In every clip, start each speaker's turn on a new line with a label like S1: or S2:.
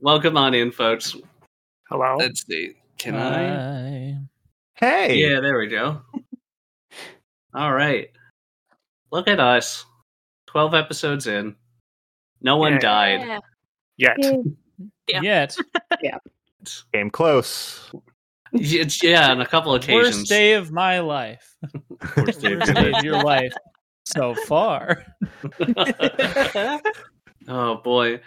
S1: Welcome on in, folks.
S2: Hello.
S1: Let's see. Can I?
S2: Oh. Uh, Hey.
S1: Yeah, there we go. All right. Look at us. 12 episodes in. No one
S2: Yeah.
S1: died.
S2: Yet
S1: Yeah.
S3: Yet,
S2: came close.
S1: It's, yeah, on a couple occasions.
S3: worst day of my life.
S1: Worst day of
S3: Worst day of your life so far.
S1: oh boy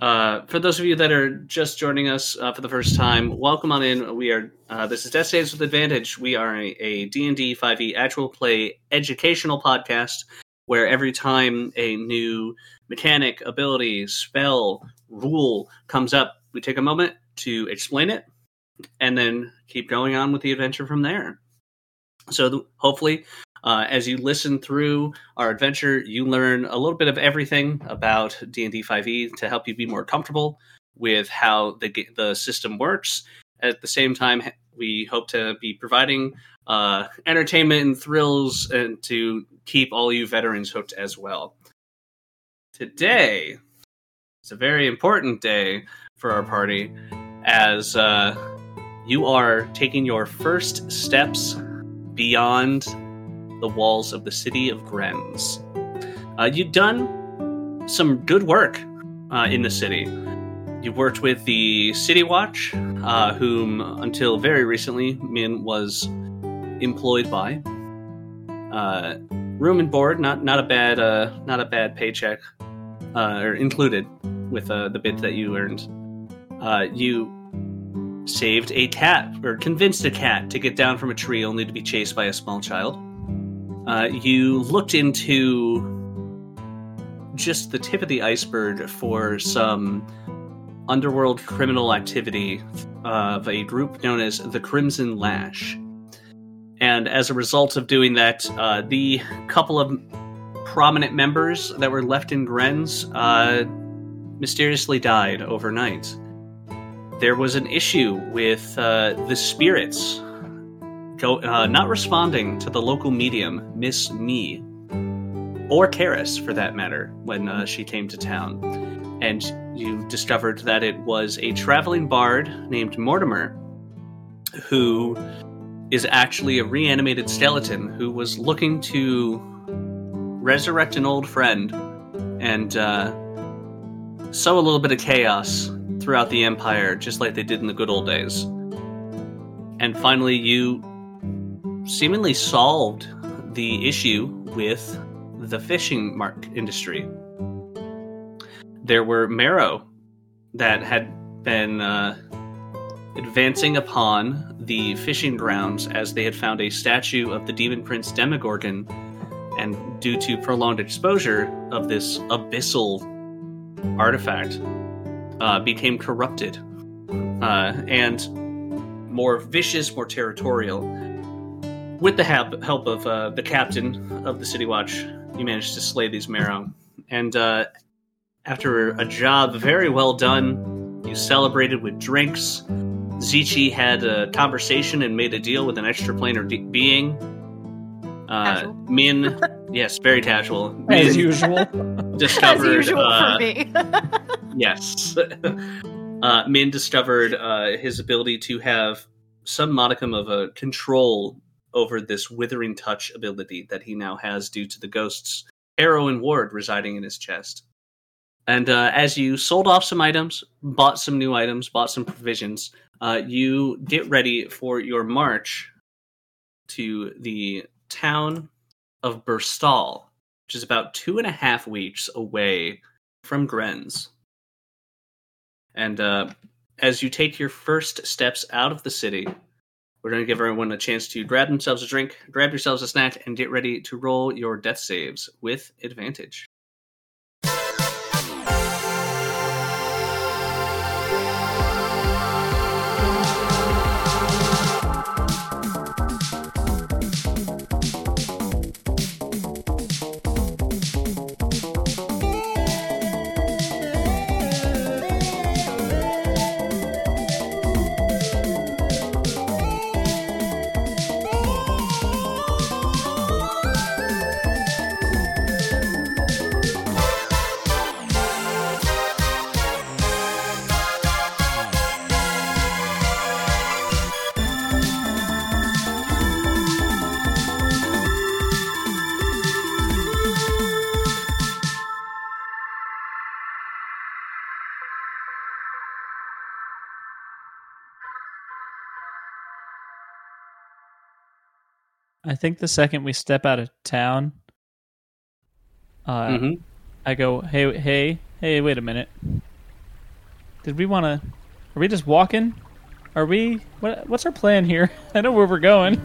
S1: uh, for those of you that are just joining us uh, for the first time welcome on in we are uh, this is death saves with advantage we are a, a d&d 5e E actual play educational podcast where every time a new mechanic ability spell rule comes up we take a moment to explain it and then keep going on with the adventure from there so th- hopefully uh, as you listen through our adventure you learn a little bit of everything about d&d 5e E to help you be more comfortable with how the, ga- the system works at the same time h- we hope to be providing uh, entertainment and thrills and to keep all you veterans hooked as well today is a very important day for our party as uh, you are taking your first steps beyond the walls of the city of Grenz. Uh, you've done some good work uh, in the city. You've worked with the City Watch, uh, whom until very recently Min was employed by. Uh, room and board, not not a bad uh, not a bad paycheck, uh, or included with uh, the bit that you earned. Uh, you saved a cat, or convinced a cat to get down from a tree, only to be chased by a small child uh, you looked into just the tip of the iceberg for some underworld criminal activity of a group known as the Crimson Lash. And as a result of doing that, uh, the couple of prominent members that were left in Grenz uh, mysteriously died overnight. There was an issue with uh, the spirits go, uh, not responding to the local medium, Miss Me, or Karis for that matter, when uh, she came to town. And you discovered that it was a traveling bard named Mortimer who is actually a reanimated skeleton who was looking to resurrect an old friend and uh, sow a little bit of chaos throughout the empire, just like they did in the good old days. And finally, you seemingly solved the issue with the fishing mark industry. There were marrow that had been uh, advancing upon the fishing grounds as they had found a statue of the demon prince Demogorgon, and due to prolonged exposure of this abyssal artifact, uh, became corrupted uh, and more vicious, more territorial with the hap- help of uh, the captain of the City Watch, you managed to slay these marrow. And uh, after a job very well done, you celebrated with drinks. Zichi had a conversation and made a deal with an extraplanar de- being. Uh,
S4: Casual.
S1: Min, yes, very casual. Min
S3: As usual.
S4: As
S1: discovered,
S4: usual
S1: uh,
S4: for me.
S1: Yes. uh, Min discovered uh, his ability to have some modicum of a control over this withering touch ability that he now has due to the ghost's arrow and ward residing in his chest. And uh, as you sold off some items, bought some new items, bought some provisions, uh, you get ready for your march to the town of Burstal, which is about two and a half weeks away from Grenz. And uh, as you take your first steps out of the city, we're going to give everyone a chance to grab themselves a drink, grab yourselves a snack, and get ready to roll your death saves with advantage.
S3: I think the second we step out of town, uh,
S1: Mhm.
S3: I go, hey, hey, hey, wait a minute. Did we want to? Are we just walking? Are we? What, what's our plan here? I know where we're going.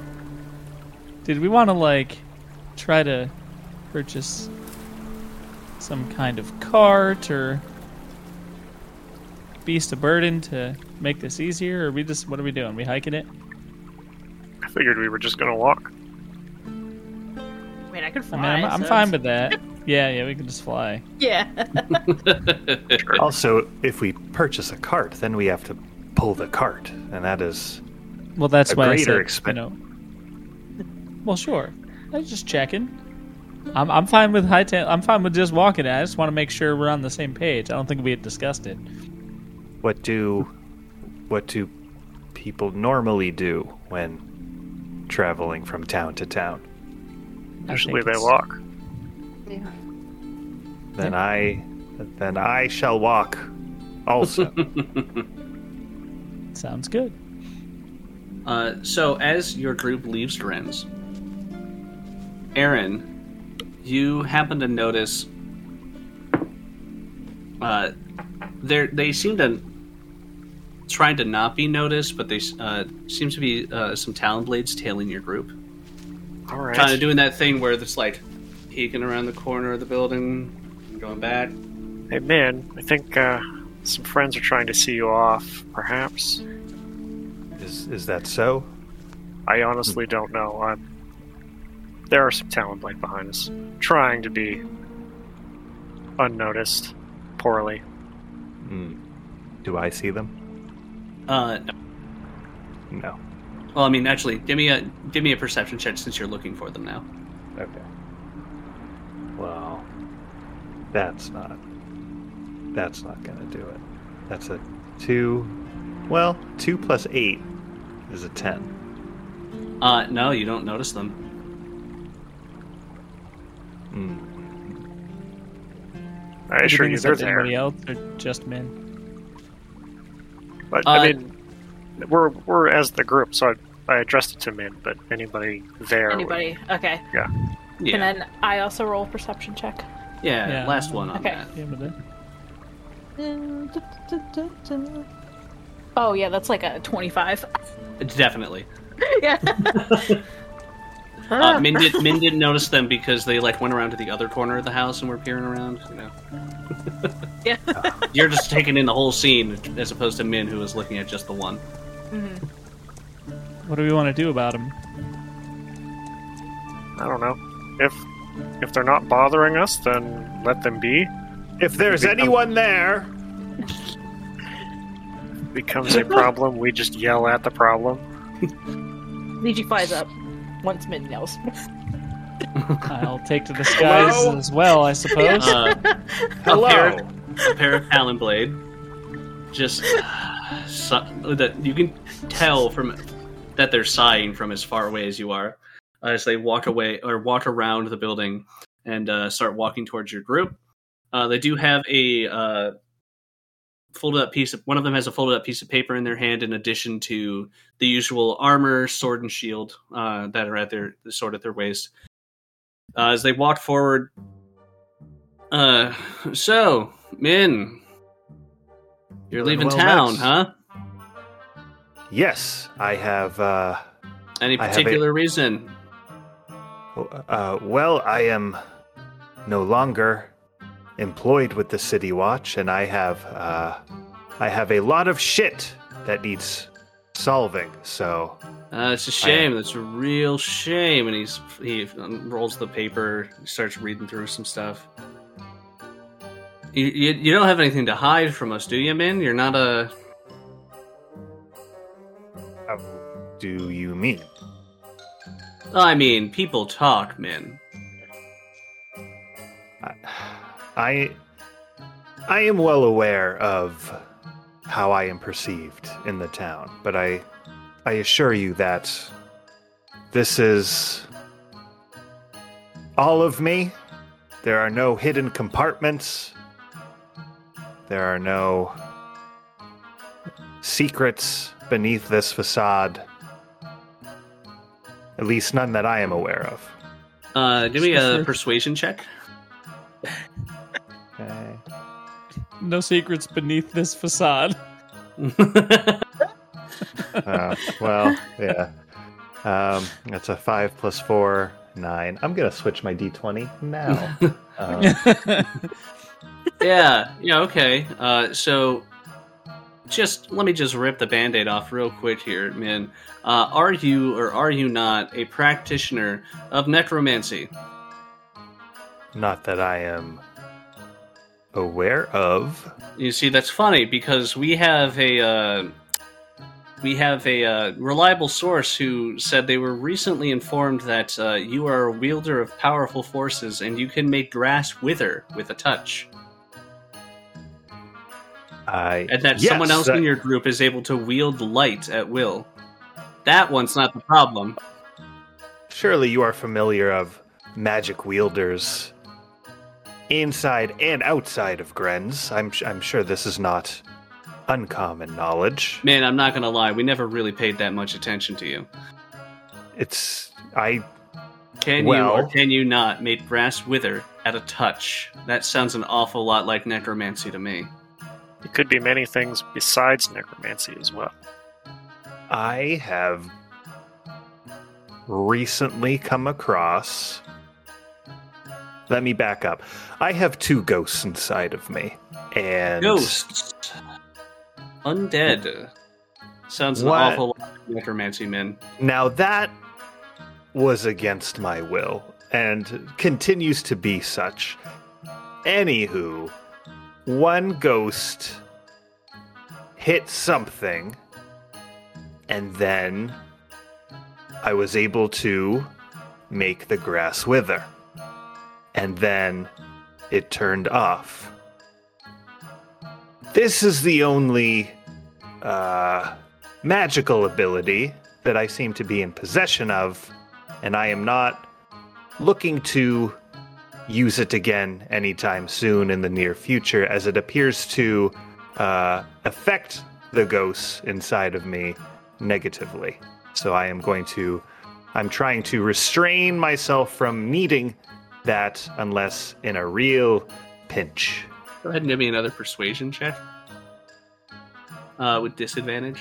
S3: Did we want to like try to purchase some kind of cart or beast of burden to make this easier? Or are we just? What are we doing? We hiking it?
S5: I figured we were just gonna walk.
S6: I mean, I could
S3: I
S6: fly.
S3: mean, I'm, I'm
S6: so
S3: fine
S6: it's-
S3: with that. Yeah, yeah, we can just fly.
S6: Yeah.
S2: Also, if we purchase a cart, then we have to pull the cart, and that is
S3: Well, that's
S2: a
S3: why I
S2: greater
S3: said,
S2: expense.
S3: you know. Well, sure. I was just checking. I'm, I'm fine with high ta- I'm fine with just walking. it. I just want to make sure we're on the same page. I don't think we had discussed it.
S2: What do what do people normally do when traveling from town to town?
S3: I
S5: Usually
S3: think
S5: they
S3: it's-
S5: walk.
S2: Then I then I shall walk also.
S3: Sounds good.
S1: Uh, so as your group leaves Grim's, Aaron, you happen to notice uh, they they seem to trying to not be noticed, but they uh, seems to be uh, some talon blades tailing your group,
S5: All right.
S1: kind of doing that thing where it's like peeking around the corner of the building, and going back.
S5: Hey man, I think uh, some friends are trying to see you off. Perhaps
S2: is is that so?
S5: I honestly don't know. I'm... There are some talent blight behind us, trying to be unnoticed, poorly.
S2: Hmm. Do I see them?
S1: Uh,
S2: No.
S1: well, I mean, actually, give me a give me a perception check since you're looking for them now.
S2: Okay. Well, that's not. That's not gonna do it. That's a two. Well, two plus eight is a ten.
S1: Uh, no, you don't notice them.
S2: Mm.
S5: I
S3: The
S5: assure
S3: thing
S5: you,
S3: is
S5: they're
S3: that Anybody
S5: there.
S3: else or just men?
S5: But
S1: Uh,
S5: I mean, we're we're as the group, so I, I addressed it to men. But anybody there? would-
S6: Anybody? Okay.
S1: Yeah,
S6: And then I also roll perception check.
S1: yeah,
S3: Yeah.
S1: last one on
S6: Okay.
S1: that.
S3: Yeah, but then-
S6: Oh yeah, that's like a twenty-five.
S1: Uh, Definitely.
S6: yeah. Ah.
S1: Uh, Min, did, Min didn't notice them because they like went around to the other corner of the house and were peering around. You know.
S6: Yeah.
S1: You're just taking in the whole scene as opposed to Min, who was looking at just the one.
S6: Mhm.
S3: What do we want to do about him?
S5: I don't know. If if they're not bothering us, then let them be.
S2: If there's anyone there,
S5: becomes a problem, we just yell at the problem.
S6: Legion flies up once Min yells.
S3: I'll take to the skies
S2: Hello?
S3: as well, I suppose.
S1: Uh,
S2: hello.
S1: pair, a pair of Talon Blade. Just su- that you can tell from that they're sighing from as far away as you are uh, as they walk away or walk around the building and uh, start walking towards your group. Uh, they do have a uh, folded up piece of one of them has a folded up piece of paper in their hand in addition to the usual armor, sword, and shield uh, that are at their sword at their waist. Uh, as they walk forward, uh, so, Min, you're
S2: Doing
S1: leaving
S2: well,
S1: town,
S2: Max.
S1: huh?
S2: Yes, I have. Uh,
S1: Any
S2: I have
S1: particular reason?
S2: uh, well, I am no longer employed with the City Watch, and I have. Uh, I have a lot of shit that needs solving. So
S1: Uh, it's a shame. That's a real shame. And he's he rolls the paper, starts reading through some stuff. You, you, you don't have anything to hide from us, do you, Min? You're not a
S2: How do you mean?
S1: I mean, people talk, Min.
S2: I, I, I am well aware of how I am perceived in the town, but I, I assure you that this is all of me. There are no hidden compartments. There are no secrets beneath this facade. At least none that I am aware of.
S1: Uh, give me a
S3: Sure.
S1: persuasion check.
S2: Okay.
S3: No secrets beneath this facade.
S2: Uh, well, yeah. Um, that's a five plus four, nine. I'm gonna switch my d20 now. Um,
S1: yeah, yeah, okay. Uh, so, just let me just rip the band aid off real quick here, man. Uh, are you or are you not a practitioner of necromancy?
S2: not that I am aware of.
S1: You see, that's funny because we have a uh, we have a uh, reliable source who said they were recently informed that uh, you are a wielder of powerful forces and you can make grass wither with a touch,
S2: I
S1: and that
S2: Yes, uh,
S1: someone else
S2: that-
S1: in your group is able to wield light at will. That one's not the problem.
S2: surely you are familiar of magic wielders inside and outside of Gren's. I'm I'm sure this is not uncommon knowledge.
S1: Man, I'm not gonna lie, we never really paid that much attention to you.
S2: It's I
S1: Can you
S2: Well-
S1: or can you not make grass wither at a touch? That sounds an awful lot like necromancy to me.
S5: It could be many things besides necromancy as well.
S2: I have recently come across. Let me back up. I have two ghosts inside of me, and
S1: Ghosts. Undead. Sounds
S2: What?
S1: an awful lot like necromancy, man.
S2: Now that was against my will and continues to be such. Anywho, one ghost hit something, and then I was able to make the grass wither. And then it turned off. This is the only uh, magical ability that I seem to be in possession of, and I am not looking to use it again anytime soon in the near future, as it appears to uh, affect the ghosts inside of me negatively. So I am going to, I'm trying to restrain myself from needing that unless in a real pinch.
S1: Go ahead and give me another persuasion check. Uh, with disadvantage.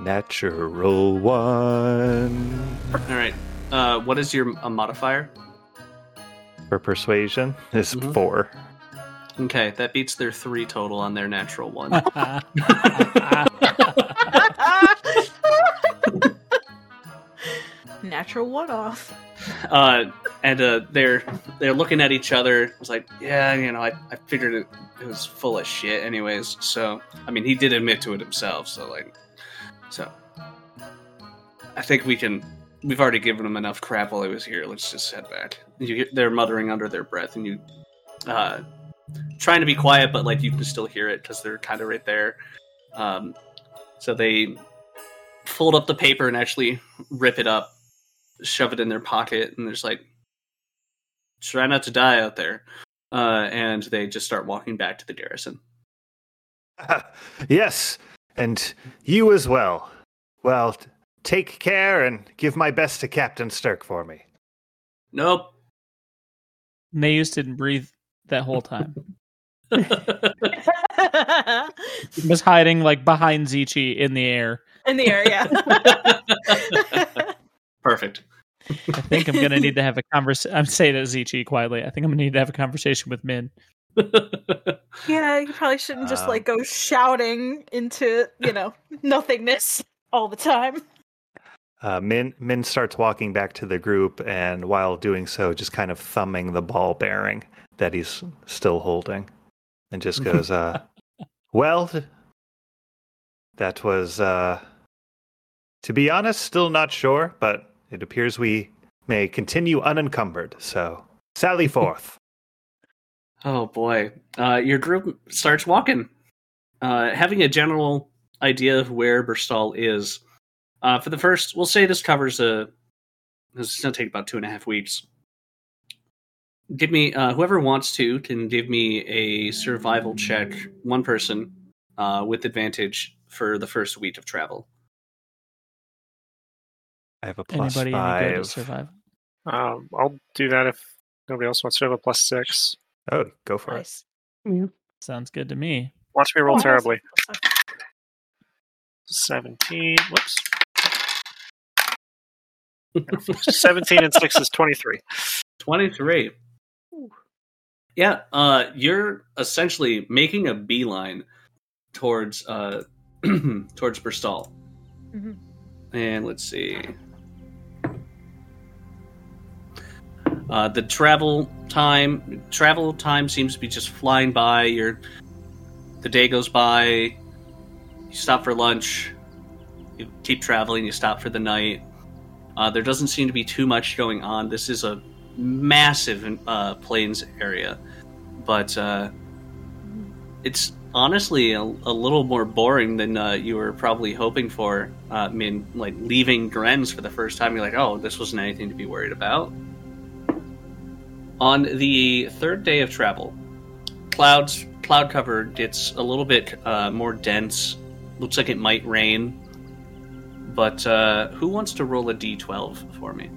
S2: Natural one.
S1: Alright. Uh, what is your a modifier?
S2: For persuasion is
S1: Mhm.
S2: four.
S1: Okay, that beats their three total on their natural one.
S6: Natural one off.
S1: uh, and uh, they're they're looking at each other. It's like, yeah, you know, I, I figured it, it was full of shit, anyways. So, I mean, he did admit to it himself. So, like, so I think we can. We've already given him enough crap while he was here. Let's just head back. You, hear- they're muttering under their breath, and you uh, trying to be quiet, but like you can still hear it because they're kind of right there. Um, so they fold up the paper and actually rip it up shove it in their pocket and there's like try not to die out there uh, and they just start walking back to the garrison
S2: yes, and you as well. Well, t- take care and give my best to Captain Stirk for me.
S1: nope
S3: Naeus didn't breathe that whole time. He was hiding like behind Zichi in the air.
S6: In the air, yeah.
S1: perfect
S3: I think I'm gonna need to have a conversation. I'm saying it to Zichi quietly. I think I'm gonna need to have a conversation with Min.
S6: yeah, you probably shouldn't just
S2: Um,
S6: like go shouting into, you know, nothingness all the time.
S2: Uh, Min Min starts walking back to the group, and while doing so, just kind of thumbing the ball bearing that he's still holding, and just goes, uh, "Well, th- that was, uh, to be honest, still not sure, but it appears we may continue unencumbered. So, sally forth."
S1: oh boy uh, your group starts walking uh, having a general idea of where Berstal is uh, for the first we'll say this covers a this is going to take about two and a half weeks give me uh, whoever wants to can give me a survival check one person uh, with advantage for the first week of travel
S2: I have a plus
S3: Anybody any good at
S2: five.
S3: survival?
S5: Um, I'll do that if nobody else wants to I have a plus six.
S2: oh, go for it.
S6: Nice.
S3: Sounds good to me.
S5: Watch me roll
S6: Oh,
S5: terribly. 17. Whoops. 17 and 6 is 23.
S1: 23. Yeah, uh, you're essentially making a beeline towards uh, towards Bristol.
S6: Mhm.
S1: And let's see. Uh, the travel time travel time seems to be just flying by. You're, the day goes by. You stop for lunch. You keep traveling. You stop for the night. Uh, there doesn't seem to be too much going on. This is a massive uh, plains area, but uh, it's honestly a, a little more boring than uh, you were probably hoping for. Uh, I mean, like leaving Gren's for the first time, you're like, oh, this wasn't anything to be worried about. On the third day of travel, clouds cloud cover gets a little bit uh, more dense. Looks like it might rain. But uh, who wants to roll a d12 for me?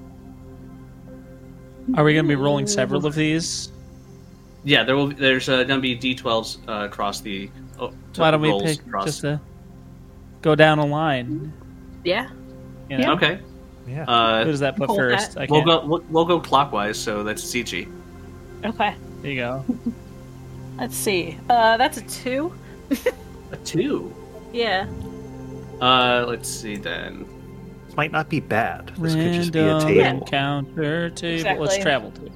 S3: Are we going to be rolling several of these?
S1: Yeah, there will. Be, there's uh, gonna be d12s uh, across the. Oh, to
S3: Why don't we
S1: rolls
S3: pick
S1: across-
S3: just a go down a line?
S6: Yeah.
S3: You know?
S1: Okay.
S2: Yeah.
S3: Who
S1: Uh,
S3: does that put
S6: Hold
S3: first? I
S1: we'll
S3: can't.
S1: go. We'll, we'll go clockwise, so that's CG.
S6: Okay.
S3: There you go.
S6: Let's see. Uh, that's a two.
S1: A two.
S6: Yeah.
S1: Uh, let's see then.
S2: This might not be bad. This
S3: Random
S2: could just be a table.
S3: encounter table.
S6: Exactly.
S3: Let's travel to.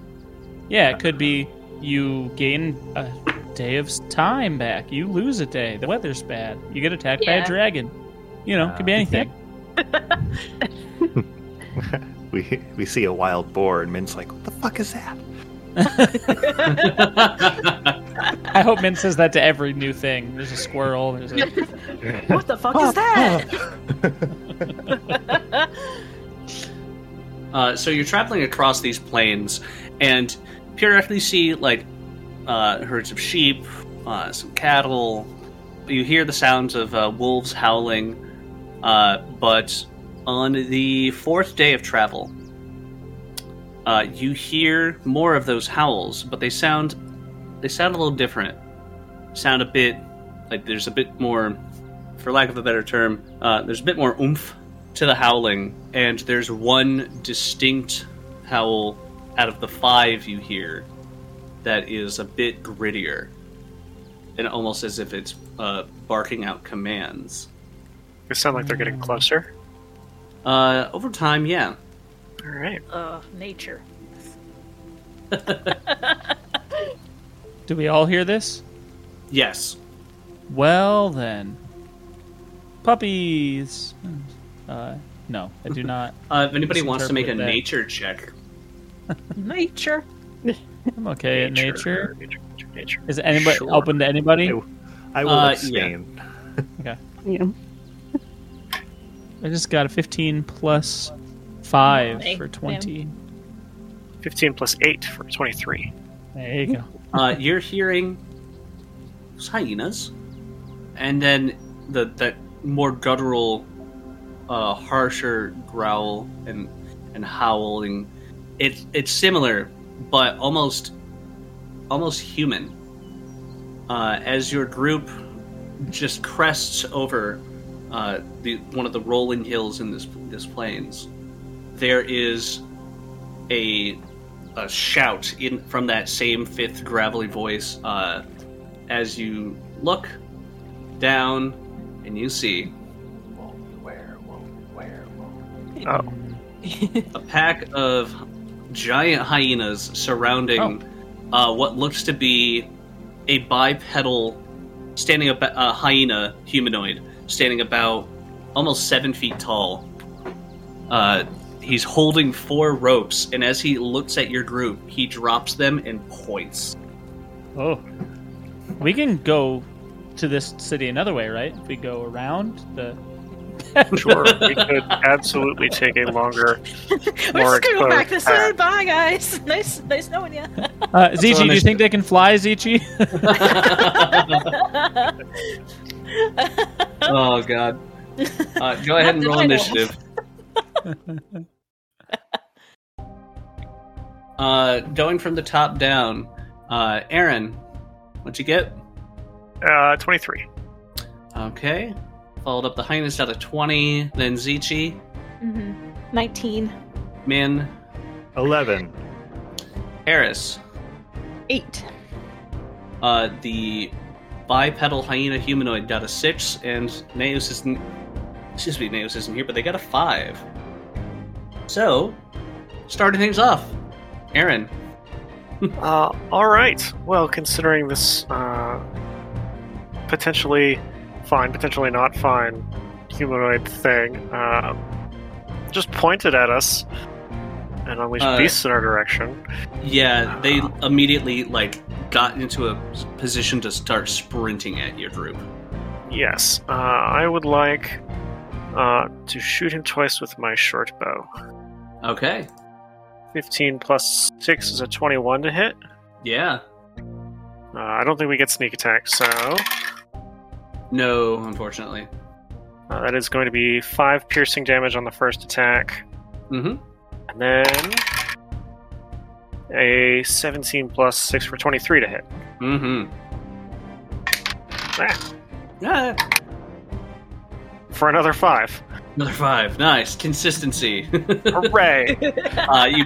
S3: Yeah, it could be you gain a day of time back. You lose a day. The weather's bad. You get attacked by
S6: Yeah.
S3: a dragon. You know, it could be
S2: Uh,
S3: anything.
S2: We we see a wild boar, and Min's like, "What the fuck is that?"
S3: I hope Min says that to every new thing. There's a squirrel. There's a
S6: What the fuck is that?
S1: Uh, so you're traveling across these plains and periodically see like uh, herds of sheep, uh, some cattle. You hear the sounds of uh, wolves howling. Uh, but on the fourth day of travel, uh, you hear more of those howls, but they sound they sound a little different. Sound a bit like there's a bit more, for lack of a better term, uh, there's a bit more oomph to the howling, and there's one distinct howl out of the five you hear that is a bit grittier and almost as if it's uh, barking out commands.
S5: They sound like they're getting closer.
S1: Uh, over time, yeah.
S5: All right.
S6: uh, nature.
S3: Do we all hear this?
S1: Yes.
S3: Well then, puppies. Uh, no, I do not.
S1: Uh, if anybody wants to make a
S3: Misinterpret that.
S1: nature check,
S6: Nature.
S3: I'm okay at nature.
S5: Nature. nature, nature.
S3: Is anybody
S2: Sure.
S3: open to anybody?
S2: Ew. I will
S1: Uh, yeah.
S2: abstain.
S7: Yeah.
S3: I just got a 15 plus five
S6: Okay,
S3: for 20.
S5: 15 plus 8 for 23.
S3: There you go.
S1: uh, you're hearing those hyenas, and then the that more guttural, uh, harsher growl and and howling. It's it's similar, but almost almost human. Uh, as your group just crests over uh, the one of the rolling hills in this this plains, there is a a shout in from that same fifth gravelly voice uh, as you look down and you see
S5: Oh,
S1: a pack of giant hyenas surrounding uh, what looks to be a bipedal standing ab- a hyena humanoid standing about almost seven feet tall uh, he's holding four ropes and as he looks at your group he drops them and points
S3: Oh. We can go to this city another way, right? If we go around the.
S5: sure. we could absolutely take a longer,
S6: We're
S5: more
S6: just gonna go back
S5: exposed
S6: this way.
S5: path.
S6: Bye, guys. Nice, nice knowing you.
S3: Uh, Zichi, do you
S1: nice
S3: think they can fly, Zichi?
S1: oh god. Uh, go ahead and roll
S6: Not that I know
S1: initiative. Uh, going from the top down, uh, Aaron, what'd you get?
S5: Uh, 23.
S1: Okay. Followed up the Highness out of 20, then Zichi,
S6: Mm-hmm. 19.
S1: Min,
S2: 11.
S1: Eris.
S6: 8.
S1: Uh, the bipedal hyena humanoid got a 6, and Neos isn't. Excuse me, Neos isn't here, but they got a 5. So, starting things off, Aaron.
S5: Uh, all right. Well, considering this uh, potentially fine, potentially not fine humanoid thing uh, just pointed at us and unleashed
S1: Uh,
S5: beasts in our direction,
S1: Yeah, they immediately, like, got into a s- position to start sprinting at your group.
S5: yes, uh, I would like uh, to shoot him twice with my short bow.
S1: Okay.
S5: 15 plus 6 is a 21 to hit.
S1: Yeah.
S5: Uh, I don't think we get sneak attack, so
S1: No, unfortunately.
S5: uh, that is going to be 5 piercing damage on the first attack.
S1: Mm
S5: And then a 17 plus 6 for 23 to hit.
S1: hmm. Mm hmm.
S5: Ah,
S1: Yeah.
S5: for another 5.
S1: Another five. Nice. Consistency.
S5: Hooray!
S1: uh, you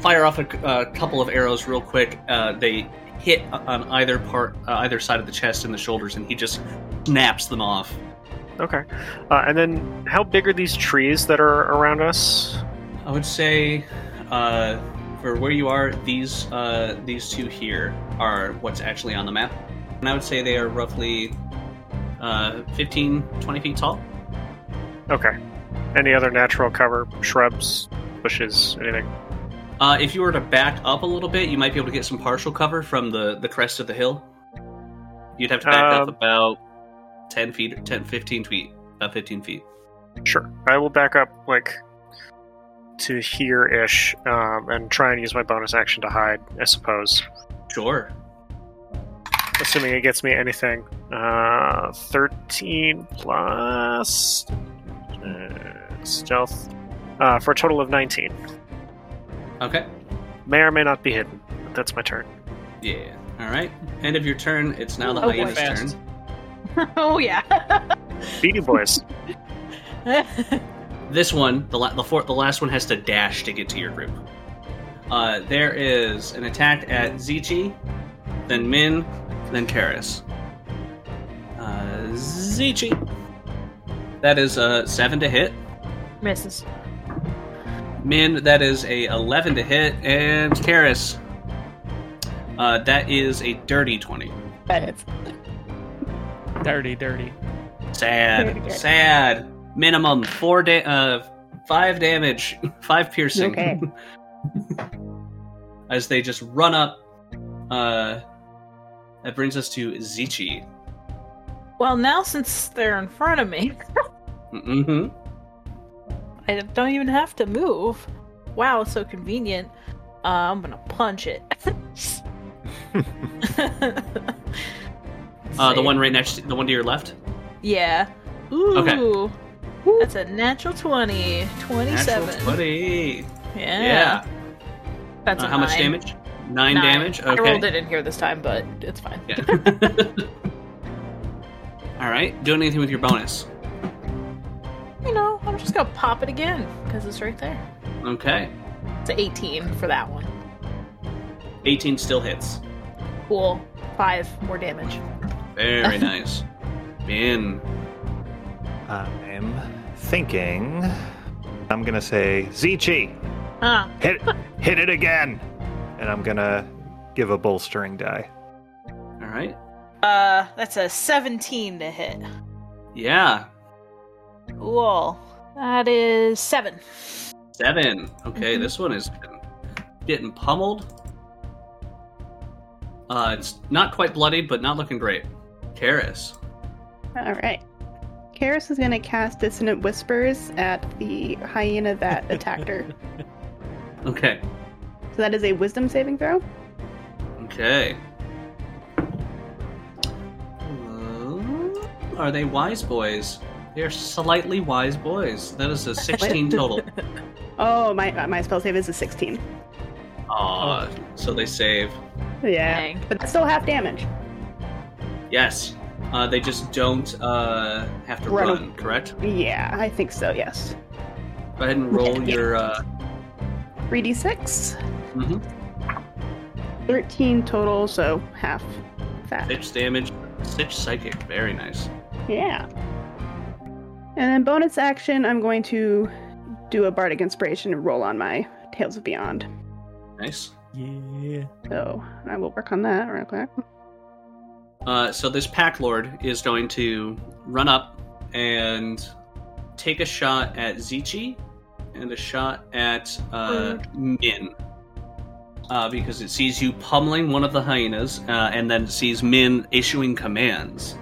S1: fire off a, c- a couple of arrows real quick. Uh, they hit on either part, uh, either side of the chest and the shoulders, and he just snaps them off.
S5: okay. Uh, and then how big are these trees that are around us?
S1: I would say, uh, for where you are, these uh, these two here are what's actually on the map, and I would say they are roughly uh, 15, 20 feet tall.
S5: Okay. Any other natural cover? Shrubs, bushes, anything?
S1: Uh, if you were to back up a little bit, you might be able to get some partial cover from the, the crest of the hill. You'd have to back up
S5: Um,
S1: about 10 feet, 10, 15 feet, about 15 feet.
S5: Sure. I will back up, like, to here ish um, and try and use my bonus action to hide, I suppose.
S1: Sure.
S5: assuming it gets me anything. Uh, 13 plus uh, stealth uh, for a total of 19.
S1: Okay.
S5: May or may not be hidden. But that's my turn.
S1: Yeah. All right. End of your turn. It's now the
S6: Oh,
S1: hyena's
S3: boy. Fast.
S1: turn.
S6: oh, yeah.
S5: Beady boys.
S1: This one, the, la- the, four- the last one, has to dash to get to your group. Uh, there is an attack at Zichi, then Min, then Karis. Uh, Zichi. That is a 7 to hit.
S6: Misses.
S1: Min, that is a 11 to hit, and Karis, uh, that is a dirty 20.
S6: That hits.
S3: Dirty, dirty.
S6: Very
S1: Sad,
S6: good.
S1: sad. Minimum four da- uh, five damage, five piercing.
S6: Okay.
S1: As they just run up, uh, that brings us to Zichi.
S6: Well, now since they're in front of me,
S1: Mm-hmm.
S6: I don't even have to move. Wow, it's so convenient. Uh, I'm gonna punch it.
S1: Uh, the one right next, to, the one to your left.
S6: Yeah. Ooh. That's a natural 20.
S1: Natural
S6: 27.
S1: 20.
S6: Yeah.
S1: Yeah.
S6: That's
S1: Uh,
S6: a
S1: how much
S6: nine.
S1: damage? Nine, damage. Okay.
S6: I rolled it in here this time, but it's fine.
S1: Yeah. All right. Doing anything with your bonus?
S6: You know, I'm just gonna pop it again because it's right there.
S1: Okay.
S6: It's an 18 for that one.
S1: 18 still hits.
S6: Cool. Five more damage.
S1: Very nice. Min.
S2: I'm thinking. I'm going to say, Zichi,
S6: Huh.
S2: hit, hit it again. And I'm going to give a bolstering die.
S1: All right.
S6: Uh, that's a 17 to hit.
S1: Yeah.
S6: Cool. That is seven.
S1: Seven. Okay,
S6: Mhm.
S1: this one is getting pummeled. Uh, it's not quite bloodied, but not looking great. Karis.
S7: All right. Karis is going to cast Dissonant Whispers at the hyena that attacked her.
S1: Okay.
S7: So that is a wisdom saving throw.
S1: Okay. Uh, Are they wise boys? They're slightly wise boys. That is a 16 total.
S7: Oh, my my spell save is a 16.
S1: Aw, Uh, so they save.
S7: Yeah,
S6: Dang.
S7: but that's still half damage.
S1: Yes. Uh, they just don't uh, have to
S7: Run.
S1: run, correct?
S7: Yeah, I think so. Yes.
S1: Go ahead and roll
S7: Yeah.
S1: your. Uh,
S7: 3d6,
S1: mhm,
S7: 13 total, so half that.
S1: Six damage, six psychic. Very nice.
S7: Yeah. And then bonus action, I'm going to do a bardic inspiration and roll on my Tales of Beyond.
S1: Nice.
S3: Yeah.
S7: So I will work on that real quick.
S1: Uh, so this pack lord is going to run up and take a shot at Zichi and a shot at uh, Min. Uh, because it sees you pummeling one of the hyenas uh, and then sees Min issuing commands.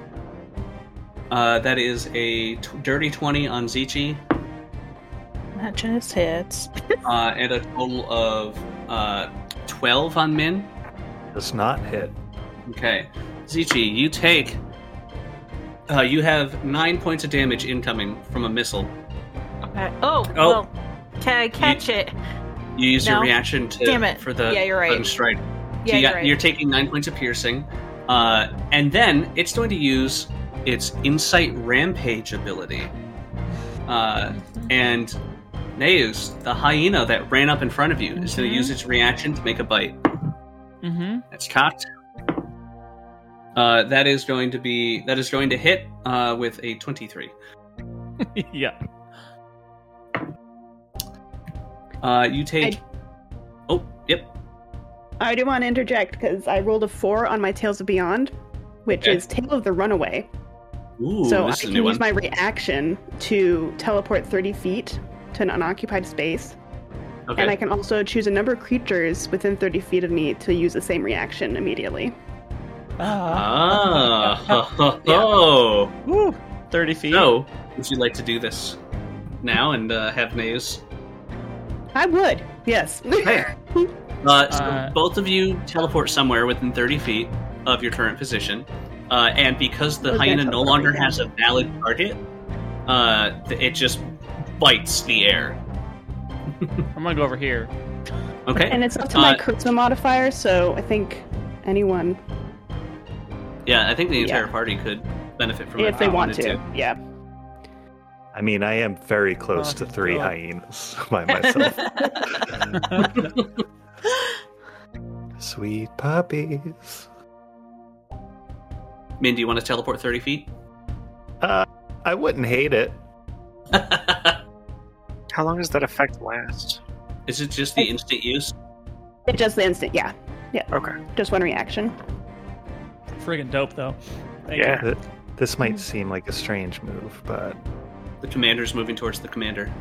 S1: Uh, that is a t- dirty 20 on Zichi
S6: Imagine his hits.
S1: uh, and a total of uh, 12 on Min.
S2: Does not hit.
S1: Okay. Zichi, you take. Uh, you have nine points of damage incoming from a missile.
S6: Okay. Oh,
S1: Oh.
S6: well, can I catch it?
S1: You use
S6: No.
S1: your reaction to
S6: Damn it.
S1: for the
S6: Yeah, you're right.
S1: sudden strike. So
S6: Yeah,
S1: you
S6: you
S1: got,
S6: are right.
S1: You're taking nine points of piercing, uh, and then it's going to use its insight rampage ability. Uh, and Neus, the hyena that ran up in front of you, is going
S6: Mm-hmm.
S3: Mhm.
S1: to use its reaction to make a bite.
S3: Mm-hmm.
S1: That's cocked. Uh, that is going to be that is going to hit uh, with a twenty-three.
S3: yeah.
S1: Uh, you take. Oh, yep.
S7: I do want to interject because I rolled a 4 on my Tales of Beyond, which
S1: Okay.
S7: is Tale of the Runaway.
S1: Ooh,
S7: so I
S1: this is a
S7: can
S1: new
S7: use
S1: one.
S7: my reaction to teleport 30 feet to an unoccupied space.
S1: okay.
S7: And I can also choose a number of creatures within 30 feet of me to use the same reaction immediately.
S1: Ah. ho,
S3: Yeah.
S1: ho, ho.
S3: Woo. Thirty feet.
S1: So, would you like to do this now and uh, have news?
S7: I would, yes.
S1: Uh, so
S3: Uh,
S1: both of you teleport somewhere within 30 feet of your current position. Uh, and because the
S7: Okay,
S1: hyena no
S7: teleport
S1: longer
S7: right
S1: has a valid target, uh, th- it just bites the air.
S3: I'm gonna go over here.
S1: Okay?
S7: And it's up to my
S1: Uh,
S7: charisma modifier, so I think anyone,
S1: yeah, I think the entire
S7: yeah.
S1: party could benefit from it
S7: if they want
S1: wanted
S7: to. Yeah.
S2: I mean, I am very close
S3: Oh,
S2: to three
S3: God.
S2: hyenas by myself. Sweet puppies.
S1: Min, do you want to teleport 30 feet?
S2: Uh, I wouldn't hate it.
S5: How long does that effect last?
S1: Is it just the instant use?
S7: It just the instant, yeah. Yeah.
S5: Okay.
S7: Just one reaction.
S3: Friggin' dope though. Thank
S5: yeah.
S3: You.
S2: Th- This might seem like a strange move, but
S1: The commander's moving towards the commander.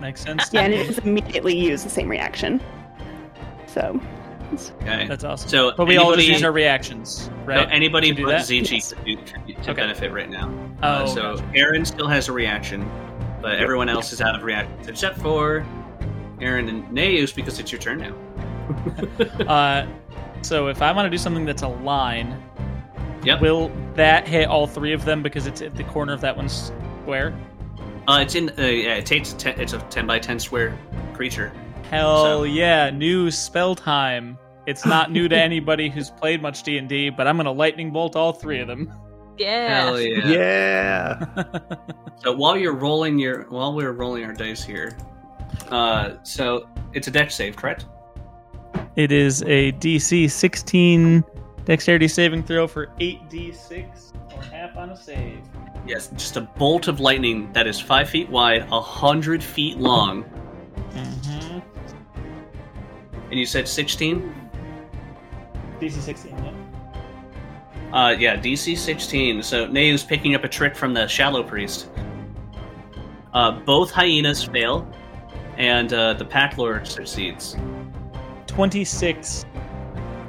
S3: Makes sense. to
S7: Yeah, and
S3: me.
S7: it just immediately use the same reaction. So,
S1: Okay.
S3: That's awesome.
S1: So, uh,
S3: but we all just
S1: anybody-
S3: use our reactions,
S1: So
S3: right?
S1: anybody
S3: To do
S1: but
S3: that?
S1: Zichi
S7: Yes.
S1: could do- could do- to
S3: Okay.
S1: benefit right now.
S3: oh,
S1: Uh, so Aaron still has a reaction, but everyone else is out of reactions except for Aaron and Neus because it's your turn now.
S3: Uh, so if I want to do something that's a line,
S1: Yep.
S3: will that hit all three of them because it's at the corner of that one square?
S1: Uh, it's in. Uh, yeah, it takes. Ten, it's a ten by ten square creature.
S3: Hell
S1: So-
S3: yeah! New spell time. It's not new to anybody who's played much D and D, but I'm gonna lightning bolt all three of them.
S6: yeah.
S1: Hell yeah.
S2: yeah.
S1: So while you're rolling your while we're rolling our dice here, uh, so it's a deck save, correct?
S3: It is a DC 16 dexterity saving throw for 8d6 or half on a save.
S1: Yes. Just a bolt of lightning that is five feet wide, a hundred feet long,
S3: Mm-hmm.
S1: and you said sixteen.
S3: DC 16. Yeah.
S1: Uh, yeah, DC 16. So Neu's picking up a trick from the Shallow Priest. Uh, both hyenas fail, and uh, the Pack Lord succeeds.
S3: 26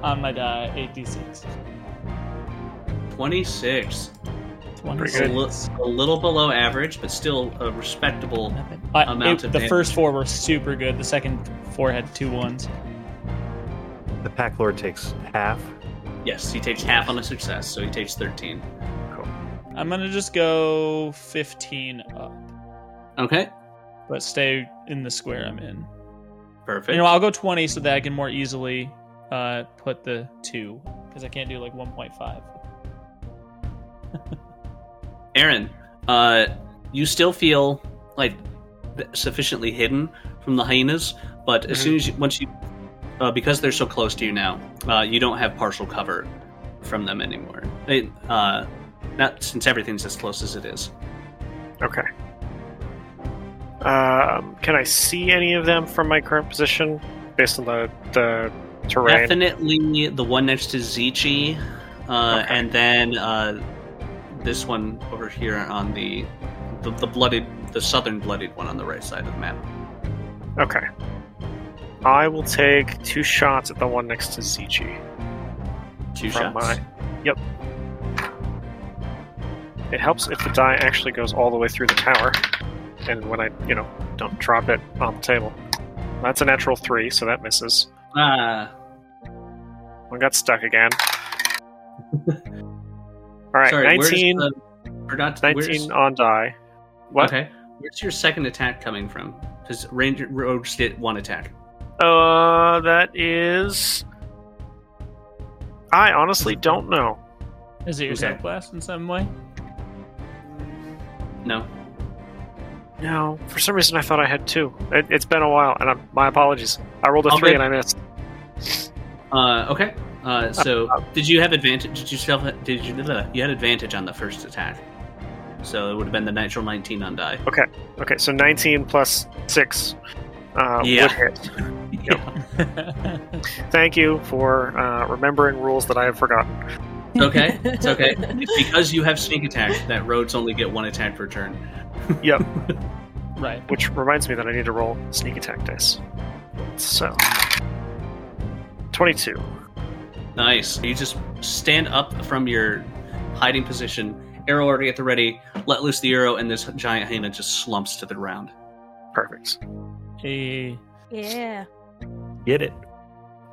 S3: on my die. 8d6.
S1: 26. A,
S3: 26.
S5: good.
S1: li- a little below average, but still a respectable.
S3: I-
S1: Amount
S3: it-
S1: of
S3: the
S1: damage.
S3: first four were super good. The second four had two ones.
S2: The pack lord takes half.
S1: Yes, he takes half on a success, so he takes 13.
S3: I'm gonna just go 15 up,
S1: Okay,
S3: but stay in the square I'm in.
S1: perfect.
S3: You know, I'll go 20 so that I can more easily uh, put the two because I can't do like 1.5.
S1: Aaron, uh, you still feel like th- sufficiently hidden from the hyenas, but as
S5: Mhm.
S1: soon as you, once you, uh, because they're so close to you now, uh, you don't have partial cover from them anymore. They, uh, not since everything's as close as it is.
S5: Okay. Um, can I see any of them from my current position based on the, the terrain?
S1: Definitely the one next to Zichi, uh,
S5: Okay.
S1: and then uh, this one over here on the, the the blooded, the southern blooded one on the right side of the map.
S5: Okay. I will take two shots at the one next to Zichi.
S1: Two
S5: from
S1: shots.
S5: my. Yep. It helps if the die actually goes all the way through the tower, and when I, you know, don't drop it on the table. That's a natural three, so that misses.
S1: Ah,
S5: One got stuck again. all right,
S1: Sorry, where's
S5: 19,
S1: the- or not, where's-
S5: 19 on die. What?
S1: Okay. Where's your second attack coming from? Because Ranger Rogues get one attack.
S5: Uh, that is. I honestly don't know.
S3: Is it your
S1: Okay.
S3: attack blast in some way?
S1: No.
S5: No, for some reason I thought I had two. It, it's been a while, and I'm, my apologies. I rolled a
S1: All
S5: three
S1: good.
S5: and I missed.
S1: Uh, okay. Uh, so did you have advantage? Did you still have, did you blah, you had advantage on the first attack? So it would have been the natural nineteen on die.
S5: Okay, so 19 plus six uh,
S1: Yeah.
S5: would hit.
S1: Yeah.
S5: Thank you for uh, remembering rules that I have forgotten.
S1: It's okay. It's okay. It's because you have sneak attack that roads only get one attack per turn.
S3: right.
S5: Which reminds me that I need to roll sneak attack dice. So, 22.
S1: Nice. You just stand up from your hiding position, arrow already at the ready, let loose the arrow, and this giant hyena just slumps to the ground.
S5: Perfect.
S3: Hey.
S6: yeah.
S2: Get it.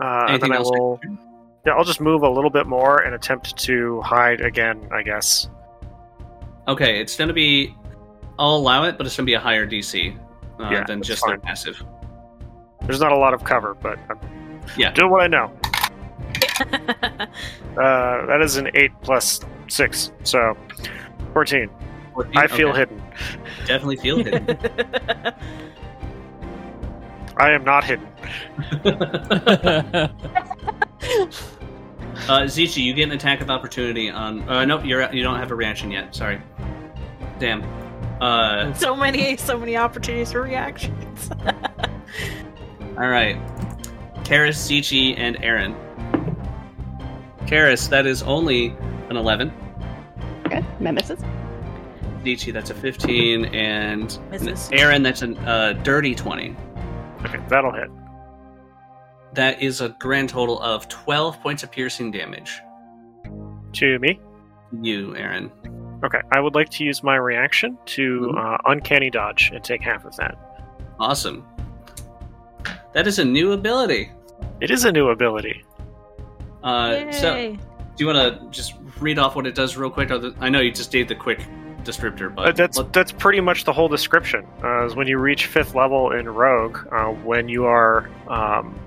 S5: Uh, and
S1: Anything
S5: then I
S1: else next
S5: will.
S1: turn?
S5: Yeah, I'll just move a little bit more and attempt to hide again. I guess.
S1: Okay, it's going to be. I'll allow it, but it's going to be a higher DC uh,
S5: Yeah,
S1: than
S5: that's
S1: just their
S5: fine.
S1: passive.
S5: There's not a lot of cover, but I'm
S1: Yeah.
S5: doing what I know. Uh, that is an eight plus six, so fourteen.
S1: 14?
S5: I feel
S1: Okay,
S5: hidden.
S1: Definitely feel hidden.
S5: I am not hidden.
S1: uh, Zichi, you get an attack of opportunity on. Uh, no, you're you don't have a reaction yet. Sorry. Damn. Uh,
S6: so many, so many opportunities for reactions.
S1: all right. Karis, Zichi, and Aaron. Karis, that is only an 11.
S7: Okay, Nemesis.
S1: Zichi, that's a 15. And
S6: Misses.
S1: Aaron, that's a uh, dirty 20.
S5: Okay, that'll hit.
S1: That is a grand total of 12 points of piercing damage.
S5: To me.
S1: You, Aaron.
S5: Okay, I would like to use my reaction to uh, uncanny dodge and take half of that.
S1: Awesome. That is a new ability.
S5: It is a new ability.
S1: Uh, so,
S6: Yay.
S1: do you want to just read off what it does real quick? Or the- I know you just gave the quick descriptor, but
S5: Uh, that's
S1: let-
S5: that's pretty much the whole description. Uh, is when you reach fifth level in Rogue, uh, when you are, um,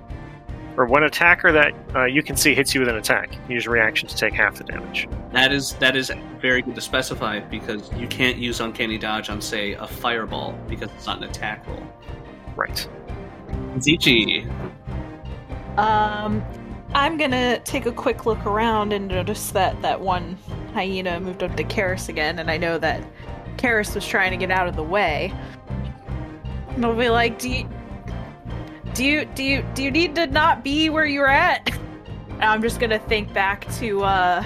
S5: or when attacker that uh, you can see hits you with an attack, use reaction to take half the damage.
S1: that is that is very good to specify because you can't use uncanny dodge on say a fireball because it's not an attack roll.
S5: Right.
S1: Zichi,
S6: Um, I'm gonna take a quick look around and notice that that one hyena moved up to Karis again, and I know that Karis was trying to get out of the way. And I'll be like, "Do you, do you, do you, do you need to not be where you're at?" And I'm just gonna think back to uh,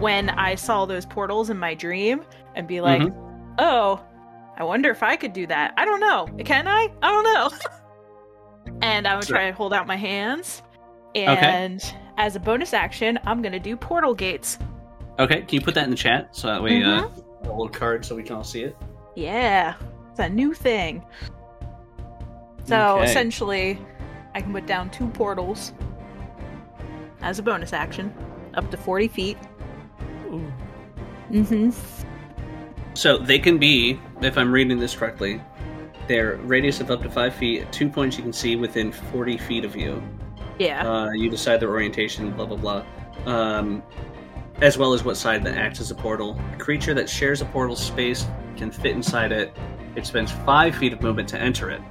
S6: when I saw those portals in my dream, and be like,
S1: Mm-hmm.
S6: "Oh, I wonder if I could do that. I don't know. Can I? I don't know." And I'm gonna
S1: Sure.
S6: try and hold out my hands.
S1: Okay.
S6: And as a bonus action, I'm gonna do portal gates.
S1: okay, can you put that in the chat so that way uh, a little card so we can all see it.
S6: Yeah. It's a new thing. So
S1: Okay.
S6: essentially I can put down two portals as a bonus action. Up to forty feet.
S3: Ooh.
S6: Mm-hmm.
S1: So they can be, if I'm reading this correctly, their radius of up to five feet, two points you can see within 40 feet of you.
S6: Yeah.
S1: Uh, you decide their orientation, blah, blah, blah. Um, as well as what side that acts as a portal. A creature that shares a portal space can fit inside it. It spends five feet of movement to enter it.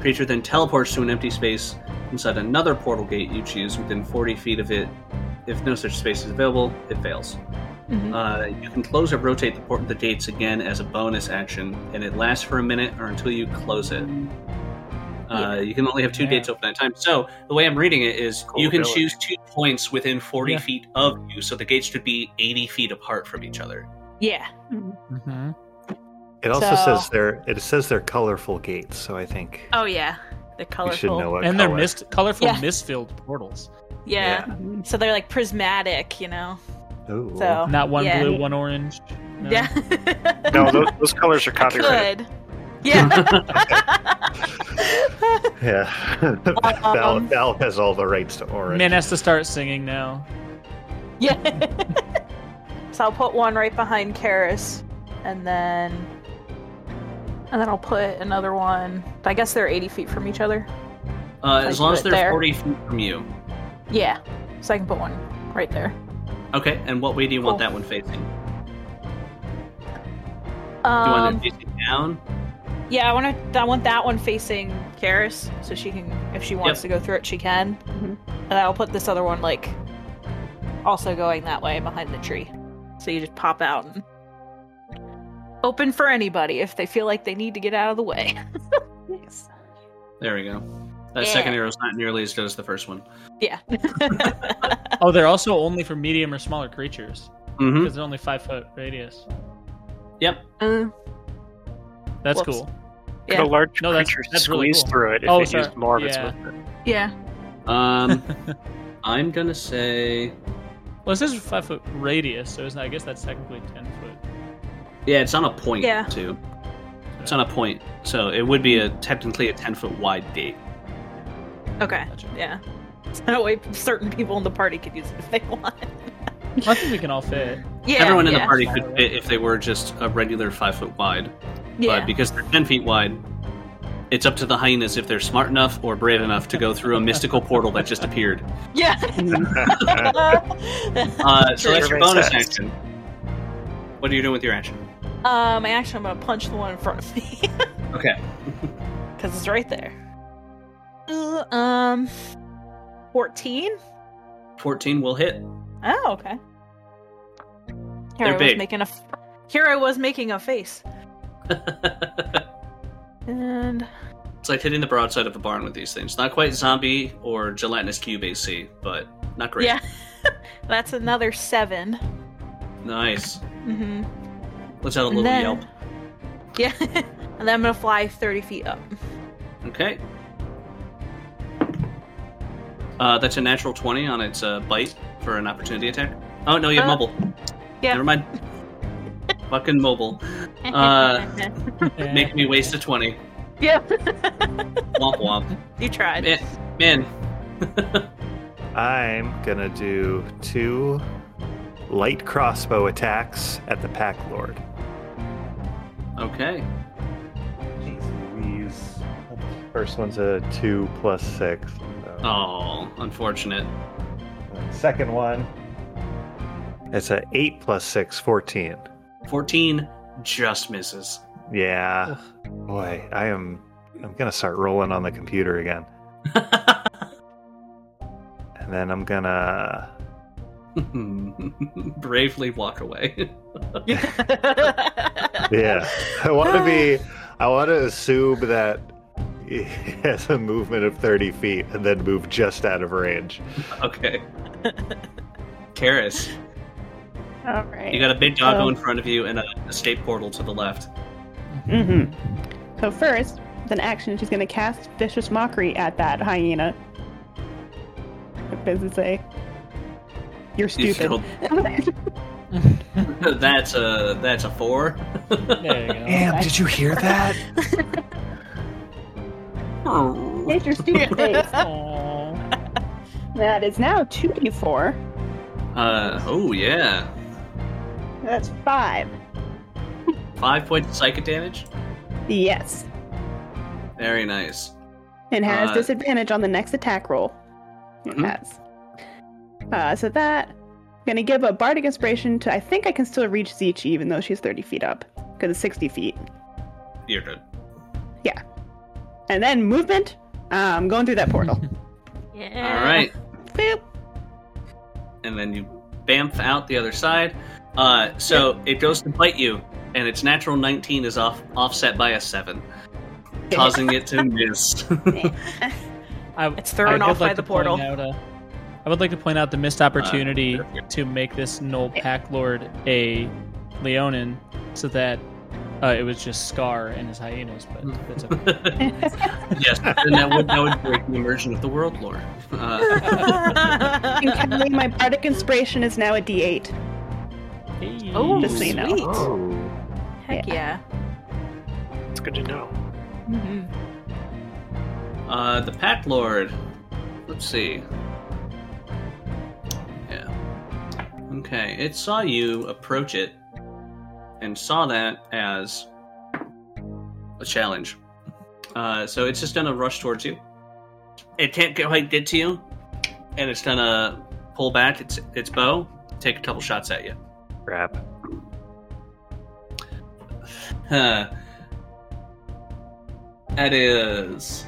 S1: Creature then teleports to an empty space inside another portal gate you choose within 40 feet of it. If no such space is available, it fails.
S6: Mhm.
S1: Uh, you can close or rotate the, port- the gates again as a bonus action, and it lasts for a minute or until you close it. Uh, you can only have two
S3: Yeah.
S1: gates open at a time. So the way I'm reading it is you can
S5: Cool.
S1: choose two points within 40
S3: Yeah.
S1: feet of you, so the gates should be 80 feet apart from each other.
S6: yeah.
S3: Mm-hmm.
S2: It also
S6: So-
S2: says they're it says they're colorful gates, so I think
S6: Oh yeah. They're
S2: you should
S6: colorful.
S2: know what
S3: And they're
S2: color.
S3: mist, colorful
S6: Yeah.
S3: mist-filled portals.
S6: yeah. So they're like prismatic, you know.
S2: Ooh.
S6: So
S3: Not one
S6: yeah.
S3: blue, one orange. No.
S6: Yeah.
S5: No, those, those colors are
S6: I
S5: copyrighted.
S6: could. Yeah.
S2: Yeah. Val,
S6: Um,
S2: Val has all the rights to orange.
S3: Man has to start singing now.
S6: yeah. so I'll put one right behind Karis, and then and then I'll put another one. I guess they're eighty feet from each other.
S1: Uh, as
S6: Like
S1: long as
S6: right
S1: they're
S6: there.
S1: 40 feet from you.
S6: Yeah. So I can put one right there.
S1: Okay, and what way do you want
S6: Cool.
S1: that one facing? Do you
S6: Um,
S1: want it facing down?
S6: yeah, I want to. I want that one facing Karis, so she can, if she
S1: Yep.
S6: wants to go through it, she can.
S7: Mhm.
S6: And I'll put this other one like also going that way behind the tree. So you just pop out and open for anybody if they feel like they need to get out of the way.
S7: Nice.
S1: There we go. That
S6: Yeah.
S1: second arrow's not nearly as good as the first one.
S6: Yeah.
S3: Oh, they're also only for medium or smaller creatures
S1: Mm-hmm.
S3: because they're only five foot radius.
S6: Uh,
S3: That's
S6: Whoops.
S3: cool.
S5: Could
S6: Yeah.
S5: a large
S3: No, that's-
S5: creature
S3: that's really
S5: squeeze
S3: cool.
S5: through it if
S3: Oh,
S5: it
S3: sorry.
S5: used more of its
S3: Yeah.
S5: movement?
S6: yeah.
S1: Um, I'm gonna say,
S3: Well, it says five foot radius, so it's not, I guess that's technically ten foot.
S1: yeah, it's on a point
S6: Yeah.
S1: too. It's on a point, so it would be a technically a ten foot wide gate.
S6: Okay.
S3: Gotcha.
S6: Yeah. So that way, certain people in the party could use it if they want.
S3: I think we can all fit.
S6: Yeah.
S1: Everyone in
S6: yeah.
S1: the party could fit if they were just a regular five foot wide,
S6: Yeah.
S1: but because they're ten feet wide, it's up to the hyenas if they're smart enough or brave enough to go through a mystical portal that just appeared.
S6: yeah.
S1: Uh, so that's
S5: Sure
S1: your
S5: makes
S1: bonus
S5: sense.
S1: action. What are you doing with your action?
S6: um, actually, I'm gonna punch the one in front of me.
S1: Okay.
S6: Because it's right there. Uh, um, 14?
S1: Fourteen will hit.
S6: Oh, okay.
S1: They're
S6: Here I was
S1: big.
S6: making a. F- Here I was making a face. And.
S1: It's like hitting the broadside of a barn with these things. Not quite zombie or gelatinous cube AC, but not great.
S6: Yeah. That's another 7.
S1: Nice.
S6: Mm-hmm.
S1: Let's add a little
S6: then,
S1: yelp.
S6: Yeah. and then I'm going to fly 30 feet up.
S1: Okay. Uh, that's a natural 20 on its uh, bite for an opportunity attack. Oh, no, you have
S6: Uh,
S1: mobile.
S6: yeah.
S1: Never mind. Fucking mobile. Uh, Making me waste a 20.
S6: yeah.
S1: Womp womp.
S6: You tried.
S1: Man. Man.
S2: I'm gonna do two light crossbow attacks at the pack lord.
S1: Okay.
S2: First one's a two plus six. so-
S1: Oh, unfortunate.
S2: Second one. It's a eight plus six, 14.
S1: 14 just misses.
S2: Yeah. Boy, I am. I'm gonna start rolling on the computer again, and then I'm gonna.
S1: Bravely walk away.
S2: Yeah, I want to be. I want to assume that he has a movement of 30 feet and then move just out of range.
S1: Okay. Karis,
S7: All right.
S1: you got a big doggo
S7: Um,
S1: in front of you and a escape portal to the left.
S7: hmm So first, with an action, she's going to cast vicious mockery at that hyena. What does it say? You're
S1: You
S7: stupid.
S1: feel- that's a that's a four.
S3: There you go.
S2: Damn! Did you hear that?
S1: Uh,
S7: It's your stupid face.
S3: Aw.
S7: That is now two d four.
S1: Uh, oh yeah.
S7: That's five.
S1: Five points of psychic damage.
S7: Yes.
S1: Very nice.
S7: And has
S1: Uh,
S7: disadvantage on the next attack roll. It
S1: Mhm.
S7: has. Uh, so that I'm gonna give a bardic inspiration to. I think I can still reach Zeech even though she's 30 feet up because it's 60 feet.
S1: You're good.
S7: And then movement. Uh, I'm going through that portal.
S4: Yeah.
S1: All right.
S7: Boop.
S1: and then you bamf out the other side. Uh, so it goes to bite you, and its natural 19 is off offset by a 7, causing it to miss.
S3: I,
S6: It's thrown
S3: I would
S6: off by
S3: like
S6: the
S3: to point
S6: portal.
S3: out, uh, I would like to point out the missed opportunity to make this Null Pack Lord a Leonin so that uh, it was just Scar and his hyenas, but that's okay.
S1: yes, and that would, that would break the immersion of the world lore. Uh,
S7: And Kelly, my bardic inspiration is now a D8.
S3: Hey.
S6: Oh,
S7: Just so you
S6: sweet.
S7: know.
S6: Heck yeah.
S5: It's good to know.
S1: uh, the Pack Lord. Let's see. Yeah. Okay, it saw you approach it and saw that as a challenge. Uh, so it's just gonna rush towards you. It can't get- quite get to you, and it's gonna pull back its its bow, take a couple shots at you.
S2: Crap.
S1: Huh. that is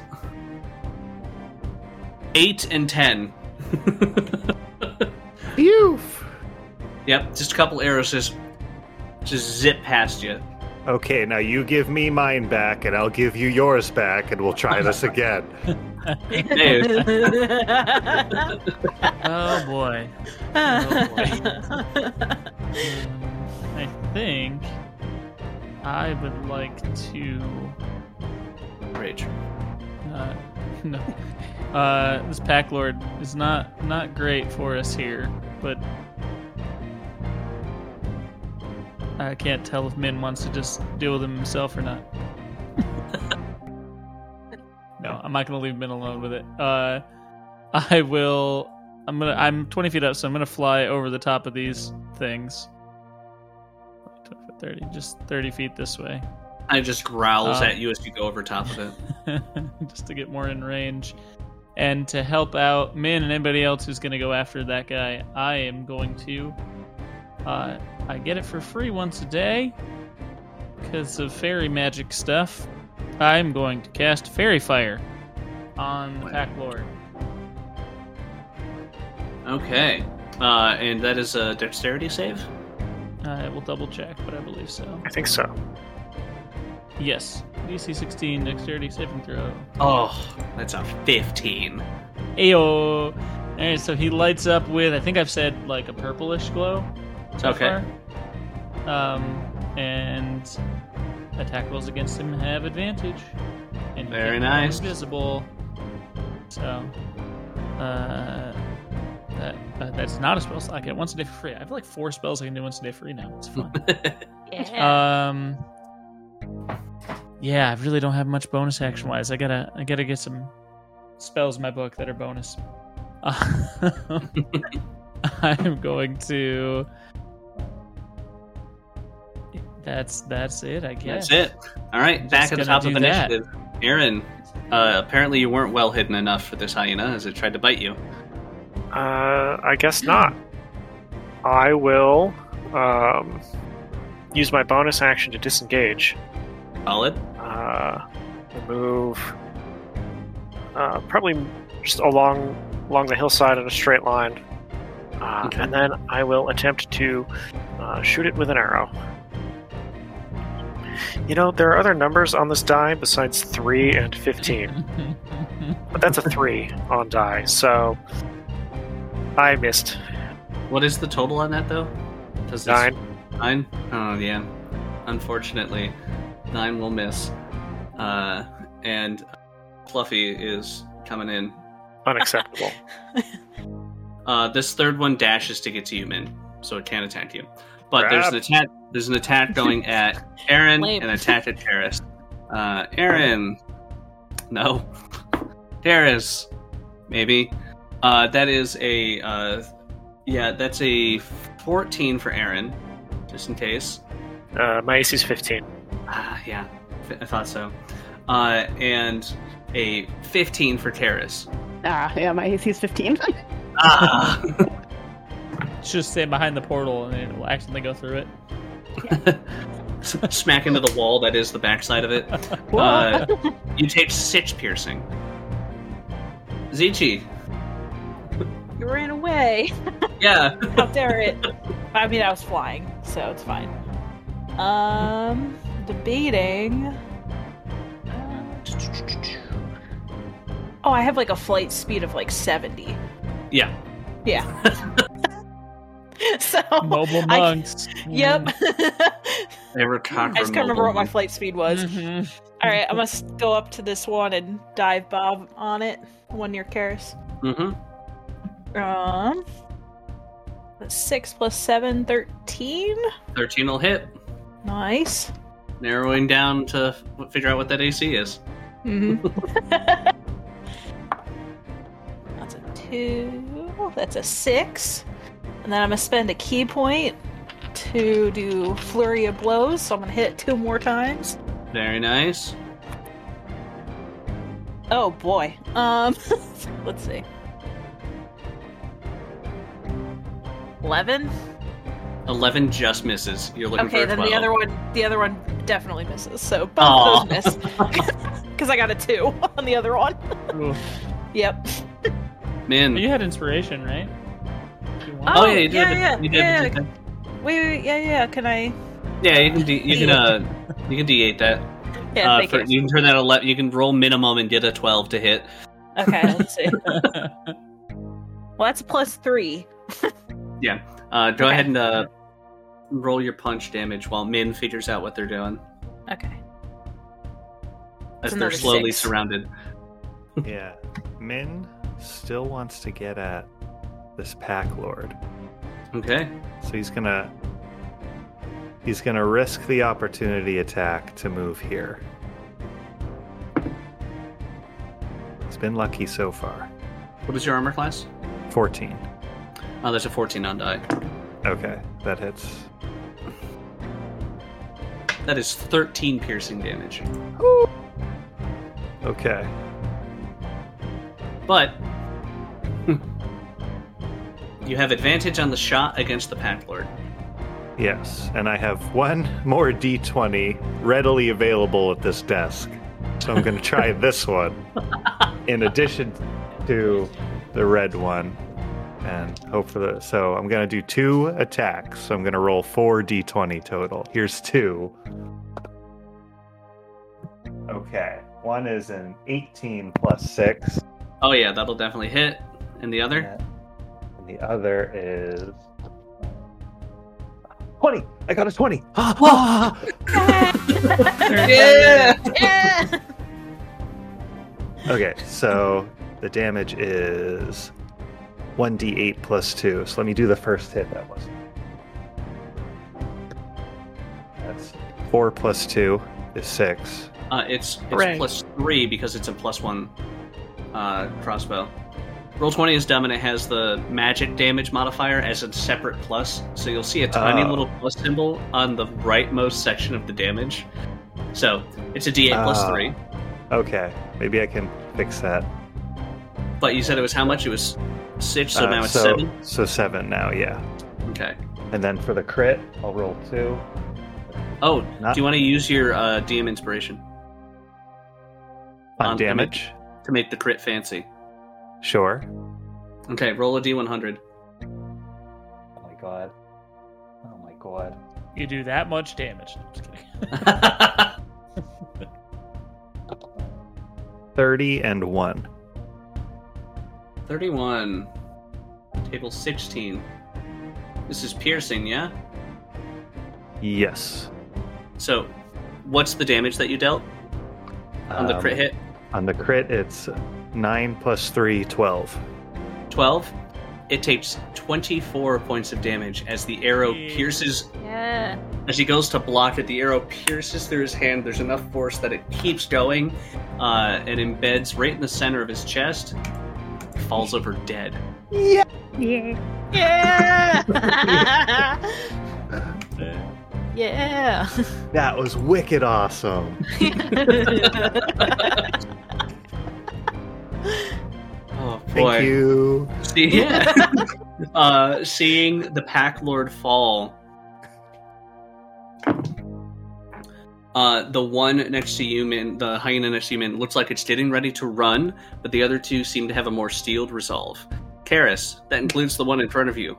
S1: eight and ten. Yep, just a couple arrows just just zip past you.
S2: Okay, now you give me mine back, and I'll give you yours back, and we'll try this again.
S1: Dude,
S3: oh boy. Um, I think I would like to.
S1: rage.
S3: Uh, no. Uh, this pack lord is not not great for us here, but I can't tell if Min wants to just deal with him himself or not. no, I'm not gonna leave Min alone with it. Uh, I will. I'm gonna. I'm 20 feet up, so I'm gonna fly over the top of these things. 20 foot 30, just 30 feet this way.
S1: I just growls
S3: Uh.
S1: at you as you go over top of it.
S3: just to get more in range. And to help out Min and anybody else who's going to go after that guy, I am going to. Uh, I get it for free once a day because of fairy magic stuff. I'm going to cast Fairy Fire on the Pack Lord.
S1: Okay. Uh, and that is a dexterity save?
S3: I will double check, but I believe so.
S5: I think so.
S3: Yes. DC 16, Dexterity Saving Throw.
S1: Oh, that's a 15.
S3: Ayo! Alright, so he lights up with, I think I've said like a purplish glow. so
S1: Okay.
S3: far. Um, and attack rolls against him have advantage. And he
S1: Very
S3: can't become
S1: nice.
S3: Invisible. So, uh, that uh, that's not a spell slot. I get once a day for free. I have like four spells I can do once a day free now. It's fun.
S6: Uh,
S4: Yeah.
S3: um, yeah, I really don't have much bonus action wise. I gotta I gotta get some spells in my book that are bonus. Uh, I'm going to. That's that's it. I guess
S1: That's it. All right,
S3: I'm
S1: back
S3: just
S1: at the
S3: gonna
S1: top of
S3: do that.
S1: initiative. Aaron, uh, apparently you weren't well hidden enough for this hyena as it tried to bite you.
S5: Uh, I guess not. I will um, use my bonus action to disengage.
S1: Solid?
S5: Uh, move uh, probably just along along the hillside in a straight line, uh,
S1: Okay.
S5: and then I will attempt to uh, shoot it with an arrow. You know, there are other numbers on this die besides three and fifteen. But that's a three on die, so I missed
S1: What is the total on that, though? 'Cause it's-
S5: nine.
S1: Nine? Oh, yeah. Unfortunately, nine will miss. Uh, and Fluffy is coming in.
S5: Unacceptable.
S1: Uh, this third one dashes to get to you, Min, so it can't attack you. But there's an
S2: Crap.
S1: attack. There's an attack going at Aaron
S4: Lame.
S1: and attack at Terrace. Uh, Aaron, no, Terrace, maybe. Uh, that is a uh, yeah. That's a 14 for Aaron. just in case.
S5: Uh, my AC's 15.
S1: Ah, yeah, F- I thought so. Uh, and a 15 for Karis.
S7: Ah, yeah, my AC's 15.
S1: Ah!
S3: Should just stand behind the portal and then it'll accidentally go through it.
S1: Smack into the wall that is the backside of it. Uh, you take six piercing. Zichi,
S6: You ran away.
S1: yeah.
S6: How dare it? I mean, I was flying, so it's fine. Um, debating. Oh, I have like a flight speed of like 70.
S1: Yeah.
S6: Yeah. so.
S3: Mobile
S6: I-
S3: monks.
S6: Yep. I
S1: They were cock
S6: just can't remember what my
S1: removal.
S6: flight speed was.
S3: Mhm.
S6: All right, I must go up to this one and dive bomb on it. The One near Karis.
S1: Mhm.
S6: Um, that's 6 plus 7, 13.
S1: 13 Mm-hmm. will hit,
S6: Nice.
S1: narrowing down to f- figure out what that AC is.
S6: Mm-hmm. that's a 2. That's a 6. And then I'm going to spend a key point to do Flurry of Blows, so I'm going to hit it two more times.
S1: Very nice.
S6: Oh boy. Um, let's see. 11?
S1: 11 just misses. You're looking for
S6: Okay,
S1: a
S6: then
S1: 12.
S6: the other one, the other one definitely misses. So both
S1: Aw.
S6: of those miss because I got a two on the other one.
S3: Ooh.
S6: Yep.
S1: Man.
S3: But you had inspiration, right? If you want.
S1: oh,
S6: Oh,
S1: yeah, you did.
S6: yeah, yeah,
S1: you did.
S6: yeah,
S1: you did.
S6: Wait, wait, yeah, yeah. Can I?
S1: Yeah, you can D- you can uh you can D8 that.
S6: Yeah,
S1: uh,
S6: thank
S1: for-
S6: you.
S1: you can turn that 11 you can roll minimum and get a 12 to hit.
S6: Okay, let's see. Well, that's a plus three.
S1: Uh, go
S6: Okay.
S1: ahead and uh, roll your punch damage while Min figures out what they're doing
S6: Okay.
S1: as
S6: It's
S1: they're
S6: another
S1: slowly
S6: six.
S1: surrounded.
S2: yeah. Min still wants to get at this pack lord.
S1: Okay.
S2: So he's gonna he's gonna risk the opportunity attack to move here. He's been lucky so far.
S1: What is your armor class?
S2: Fourteen.
S1: Oh, there's a 14 on die.
S2: Okay, that hits.
S1: That is 13 piercing damage.
S2: Okay.
S1: But you have advantage on the shot against the pack lord.
S2: Yes, and I have one more d20 readily available at this desk. So I'm going to try this one in addition to the red one and hope for the. So I'm going to do two attacks. So I'm going to roll four d20 total. Here's two. Okay. One is an 18 plus six,
S1: Oh yeah, that'll definitely hit. And the other?
S2: and the other is 20. I got a 20.
S6: Yeah. yeah.
S2: Okay, so the damage is 1d8 plus 2. So let me do the first hit that was. That's 4 plus 2 is 6.
S1: Uh, it's it's
S5: Hooray.
S1: plus three because it's a plus one uh, crossbow. Roll twenty is dumb and it has the magic damage modifier as a separate plus, so you'll see a tiny
S2: Oh.
S1: little plus symbol on the rightmost section of the damage. So it's a D eight plus
S2: Oh.
S1: three.
S2: Okay, maybe I can fix that.
S1: But you said it was how much? It was six, so
S2: Uh,
S1: now it's
S2: so,
S1: seven.
S2: So 7 now, yeah.
S1: Okay.
S2: And then for the crit, I'll roll 2.
S1: Oh,
S2: Not-
S1: do you want to use your uh, DM inspiration
S2: On
S1: On damage.
S2: damage?
S1: to make the crit fancy?
S2: Sure.
S1: Okay, roll a D one hundred.
S2: Oh my god. Oh my god.
S3: You do that much damage. Just kidding.
S1: Thirty
S2: 30 and 1.
S1: one. Table sixteen. This is piercing, yeah?
S2: Yes.
S1: So, what's the damage that you dealt on the
S2: Um,
S1: crit hit?
S2: On the crit, it's 9 plus 3, 12.
S1: 12. It takes 24 points of damage as the arrow
S3: Yeah.
S1: pierces.
S4: Yeah.
S1: As he goes to block it, the arrow pierces through his hand. There's enough force that it keeps going uh, and embeds right in the center of his chest. Falls over dead.
S7: yeah.
S6: Yeah.
S3: Uh,
S6: Yeah.
S2: That was wicked awesome.
S1: Oh boy.
S2: Thank you.
S1: See, yeah. uh, seeing the Pack Lord fall. Uh, the one next to you, Min, the hyena next to you, Min, looks like it's getting ready to run, but the other two seem to have a more steeled resolve. Karis, that includes the one in front of you.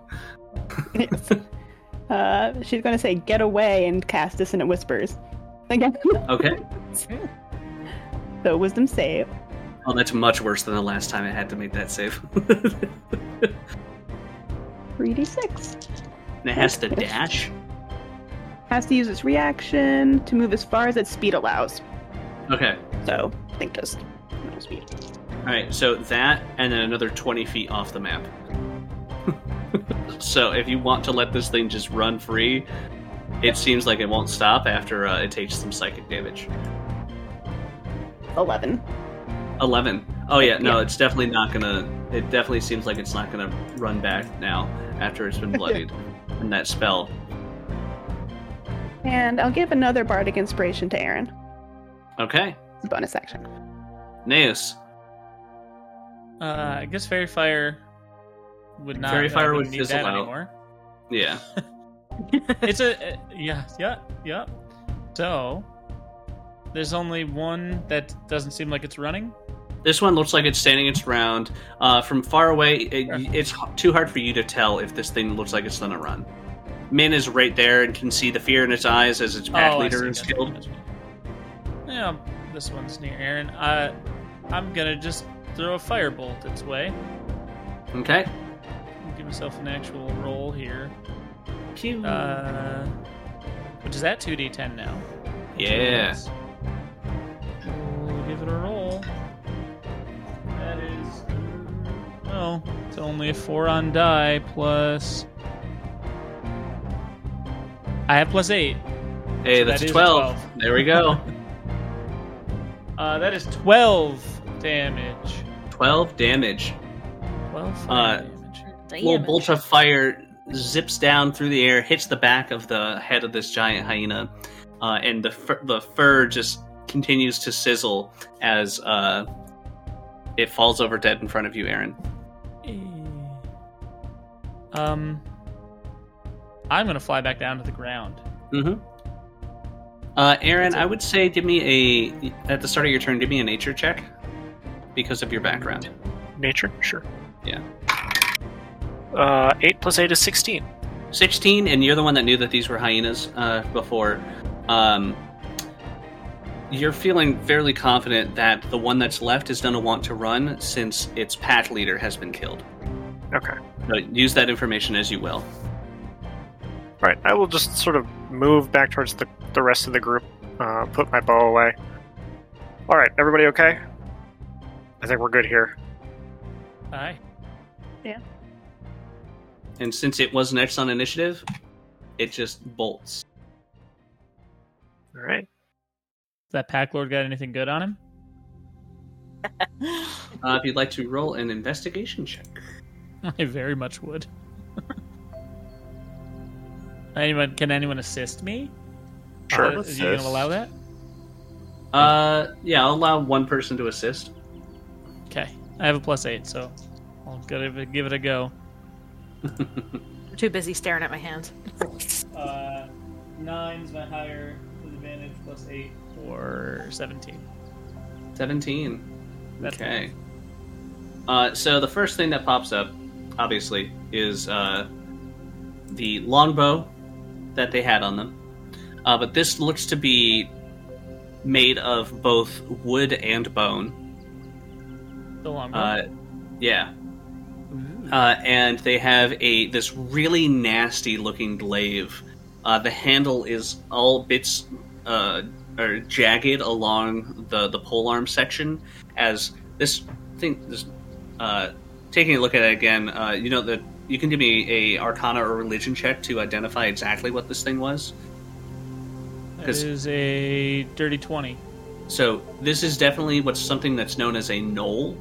S7: Yes. uh, she's going to say, get away, and cast Dissonant Whispers. Again.
S1: Okay.
S7: so, wisdom save.
S1: Oh, that's much worse than the last time I had to make that save.
S7: Three d six.
S1: and it has to dash.
S7: Has to use its reaction to move as far as its speed allows.
S1: Okay.
S7: So I think just normal speed.
S1: All right. So that, and then another 20 feet off the map. so if you want to let this thing just run free, it seems like it won't stop after uh, it takes some psychic damage.
S7: Eleven.
S1: 11. Oh yeah, no, it's definitely not gonna. It definitely seems like it's not gonna run back now after it's been bloodied and that spell.
S7: And I'll give another bardic inspiration to Aaron.
S1: Okay,
S7: It's a bonus action.
S1: Neus.
S3: Uh, I guess fairy fire would not.
S1: Fairy
S3: I
S1: fire
S3: wouldn't
S1: would
S3: need
S1: fizzle
S3: that
S1: out.
S3: anymore.
S1: Yeah.
S3: it's a uh, yeah yeah yeah. So there's only one that doesn't seem like it's running.
S1: This one looks like it's standing its round. Uh, from far away, it,
S3: Sure.
S1: it's h- too hard for you to tell if this thing looks like it's gonna run. Min is right there and can see the fear in its eyes as its pack
S3: Oh, I
S1: leader
S3: see,
S1: is
S3: gotcha,
S1: killed.
S3: gotcha. Yeah, this one's near Aaron. I I'm gonna just throw a firebolt its way.
S1: Okay.
S3: Give myself an actual roll here. Uh, which is at 2d10 now.
S1: Yeah.
S3: We'll give it a roll. That is. No, it's only a 4 on die plus. I have plus
S1: Hey,
S3: 8. So
S1: that's
S3: that is a
S1: 12.
S3: 12.
S1: There we go.
S3: Uh, that is 12 damage.
S1: 12 damage.
S3: 12
S1: Uh,
S3: fire damage.
S1: little bolt of fire zips down through the air, hits the back of the head of this giant hyena, uh, and the fur, the fur just continues to sizzle as uh, it falls over dead in front of you, Aaron.
S3: Eh. Um, I'm gonna fly back down to the ground.
S1: Mm-hmm. Uh, Aaron,
S3: That's it.
S1: I would say give me a at the start of your turn, give me a nature check because of your background.
S5: Nature? Sure.
S1: Yeah.
S5: Uh, 8 plus 8 is 16.
S1: 16 and you're the one that knew that these were hyenas uh, before um, you're feeling fairly confident that the one that's left is going to want to run since its pack leader has been killed
S5: Okay.
S1: so use that information as you will
S5: Alright, I will just sort of move back towards the, the rest of the group, uh, put my bow away. Alright, everybody okay? I think we're good here.
S3: Aye.
S1: and since it was next on initiative it just bolts
S5: Alright.
S3: That pack lord got anything good on him?
S1: uh, if you'd like to roll an investigation check
S3: I very much would. anyone? Can anyone assist me?
S5: Sure.
S3: Uh, are you gonna
S2: Assist.
S3: allow that?
S1: uh, yeah i'll allow one person to assist
S3: Okay. I have a plus eight, so I'll give it, give it a go.
S6: I'm too busy staring at my hands.
S3: Uh, nine's my higher disadvantage plus eight or seventeen.
S1: 17
S3: That's
S1: okay. Uh, so the first thing that pops up, obviously, is uh, the longbow that they had on them. Uh, but this looks to be made of both wood and bone.
S3: The long
S1: Uh, yeah.
S3: Ooh.
S1: Uh, and they have a this really nasty looking glaive. Uh, the handle is all bits uh, are jagged along the the pole arm section. As this thing, this uh, taking a look at it again, uh, you know that you can give me a Arcana or Religion check to identify exactly what this thing was.
S3: That
S1: because-
S3: is a dirty twenty.
S1: So this is definitely what's something that's known as a knoll,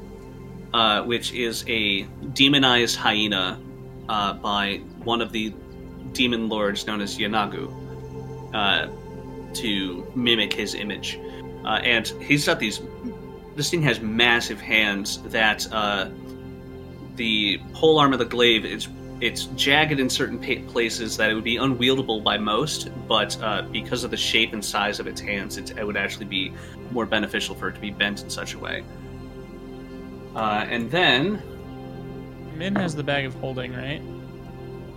S1: uh, which is a demonized hyena uh, by one of the demon lords known as Yanagu. uh, to mimic his image. Uh, and he's got these. This thing has massive hands that uh, the pole arm of the glaive is it's jagged in certain pa- places that it would be unwieldable by most, but uh, because of the shape and size of its hands, it, it would actually be more beneficial for it to be bent in such a way. Uh, and then,
S3: Min has the bag of holding, right?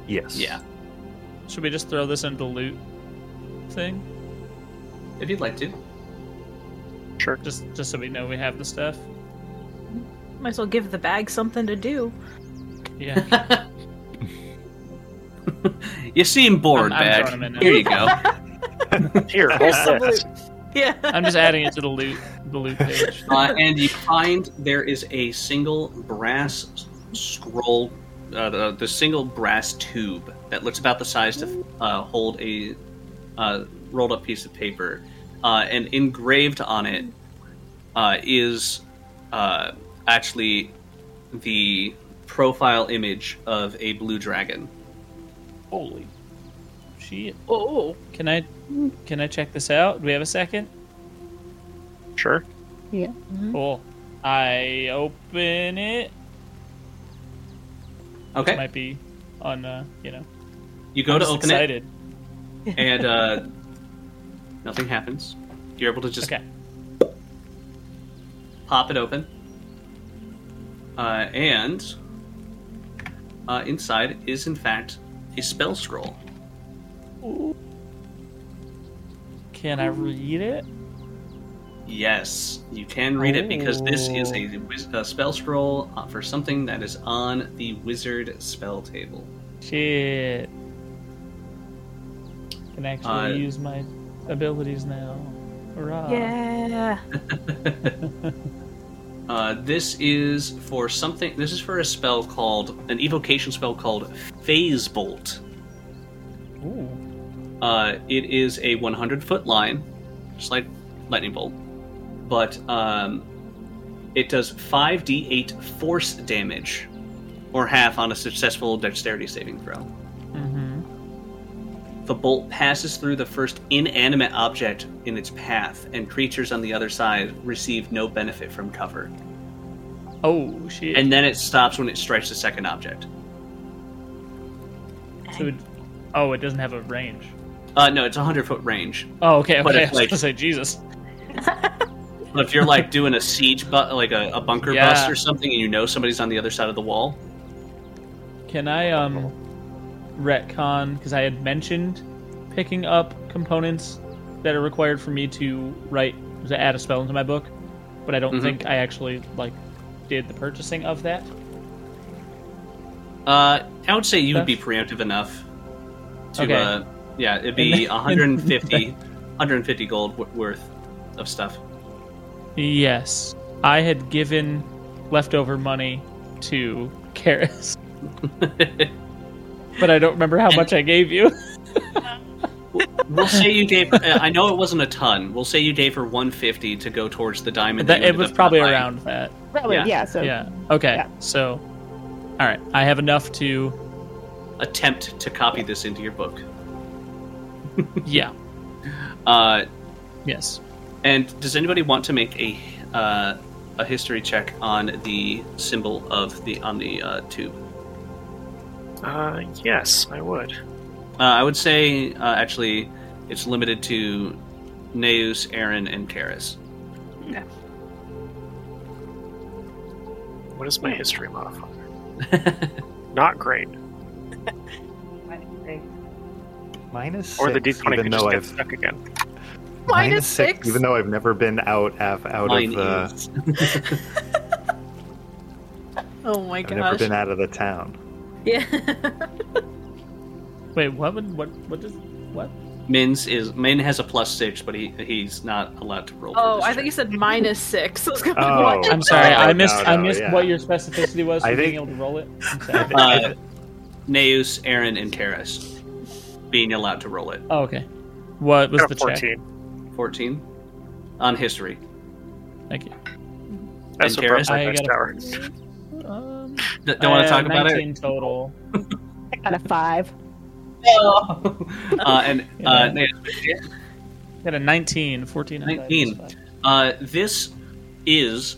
S2: Yes.
S1: yeah,
S3: Should we just throw this into the loot thing?
S1: if you'd like to,
S5: Sure.
S3: Just just so we know we have the stuff.
S6: Might as well give the bag something to do.
S3: Yeah.
S1: you seem bored,
S3: I'm- I'm
S1: bag.
S3: throwing 'em in now.
S1: Here you go.
S5: Here, hold
S6: Here's some
S5: this.
S6: Yeah.
S3: I'm just adding it to the loot the loot page.
S1: uh, and you find there is a single brass scroll, uh, the, the single brass tube that looks about the size to uh, hold a uh, rolled up piece of paper, uh, and engraved on it uh, is uh, actually the profile image of a blue dragon.
S3: Holy shit.
S6: Oh.
S3: Can I can I check this out? Do we have a second?
S5: Sure.
S3: Cool. I open it.
S1: Okay,
S3: Might be on uh, you know.
S1: you go
S3: I'm
S1: to
S3: just
S1: open
S3: excited.
S1: it, and uh, nothing happens. You're able to just
S3: Okay.
S1: pop it open. Uh, and uh, inside is, in fact, a spell scroll.
S3: Can I read it?
S1: Yes, you can read it because this is a, wiz- a spell scroll uh, for something that is on the wizard spell table.
S3: Shit. Can actually
S1: Uh,
S3: use my abilities now. Hurrah.
S6: Yeah.
S1: Uh, this is for something. This is for a spell called an evocation spell called Phase Bolt.
S3: Ooh.
S1: Uh, it is a 100 foot line, just like lightning bolt, but um, it does 5d8 force damage, or half on a successful dexterity saving throw.
S3: Mm-hmm.
S1: The bolt passes through the first inanimate object in its path, and creatures on the other side receive no benefit from cover.
S3: Oh shit.
S1: And then it stops when it strikes the second object.
S3: So it- oh, it doesn't have a range.
S1: Uh, no, it's a 100 foot range,
S3: Oh, okay, okay.
S1: But
S3: I
S1: it's
S3: was
S1: like-
S3: gonna say Jesus.
S1: But if you're like doing a siege, but like a, a bunker
S3: Yeah.
S1: bust or something, and you know somebody's on the other side of the wall,
S3: Can I um retcon because I had mentioned picking up components that are required for me to write to add a spell into my book, but I don't
S1: Mhm.
S3: think I actually like did the purchasing of that.
S1: Uh, I would say you would
S3: Okay.
S1: be preemptive enough to,
S3: Okay.
S1: uh, yeah, it'd be
S3: And-
S1: 150, 150 gold w- worth of stuff.
S3: Yes, I had given leftover money to Karis, but I don't remember how much I gave you.
S1: we'll say you gave. Her, uh, I know it wasn't a ton. We'll say you gave her 150 to go towards the diamond.
S3: That,
S1: you
S3: it
S1: ended
S3: was
S1: up
S3: probably
S1: buying.
S3: around that.
S7: Probably,
S1: Yeah.
S7: yeah. so
S3: Yeah. Okay.
S7: Yeah.
S3: So, all right, I have enough to
S1: Attempt to copy this into your book.
S3: yeah.
S1: Uh,
S3: Yes.
S1: and does anybody want to make a uh, a history check on the symbol of the on the uh, tube?
S5: Uh, yes, I would.
S1: Uh, I would say uh, actually, it's limited to Neus, Aaron, and Karis.
S5: What is my history modifier? Not great.
S2: Minus six.
S5: Or the d20
S2: even
S5: could
S2: though
S5: just get
S2: I've
S5: stuck again.
S6: Minus
S2: six,
S6: six.
S2: Even though I've never been out af- out
S1: Mine
S2: of uh,
S1: is.
S6: Oh my
S2: I've never
S6: gosh.
S2: been out of the town.
S6: Yeah.
S3: Wait, what would what what does what?
S1: Min's is Min has a plus six, but he he's not allowed to roll. for
S6: Oh,
S1: this
S6: I think you
S1: check.
S6: said minus six. I was gonna
S2: Oh.
S6: watch it.
S3: I'm sorry,
S2: Oh,
S3: I missed
S2: no,
S3: I
S2: no,
S3: missed
S2: yeah.
S3: what your specificity was for
S2: I
S3: being
S2: think-
S3: able to roll it. I'm sorry.
S1: uh, Neus, Aaron, and Karis being allowed to roll it.
S3: oh, okay. What was
S5: Got a
S3: the check?
S5: 14.
S1: Fourteen on history.
S3: Thank you.
S5: That's
S1: And
S5: what brought
S1: Karis?
S5: my
S3: I
S5: best
S3: got a-
S5: hour.
S3: Um,
S1: D- don't want
S3: uh,
S1: to talk about it.
S3: 19 total.
S7: I got a five.
S1: uh, and uh,
S3: Got a 19, 14. on dice,
S1: 19.
S3: five.
S1: Uh, this is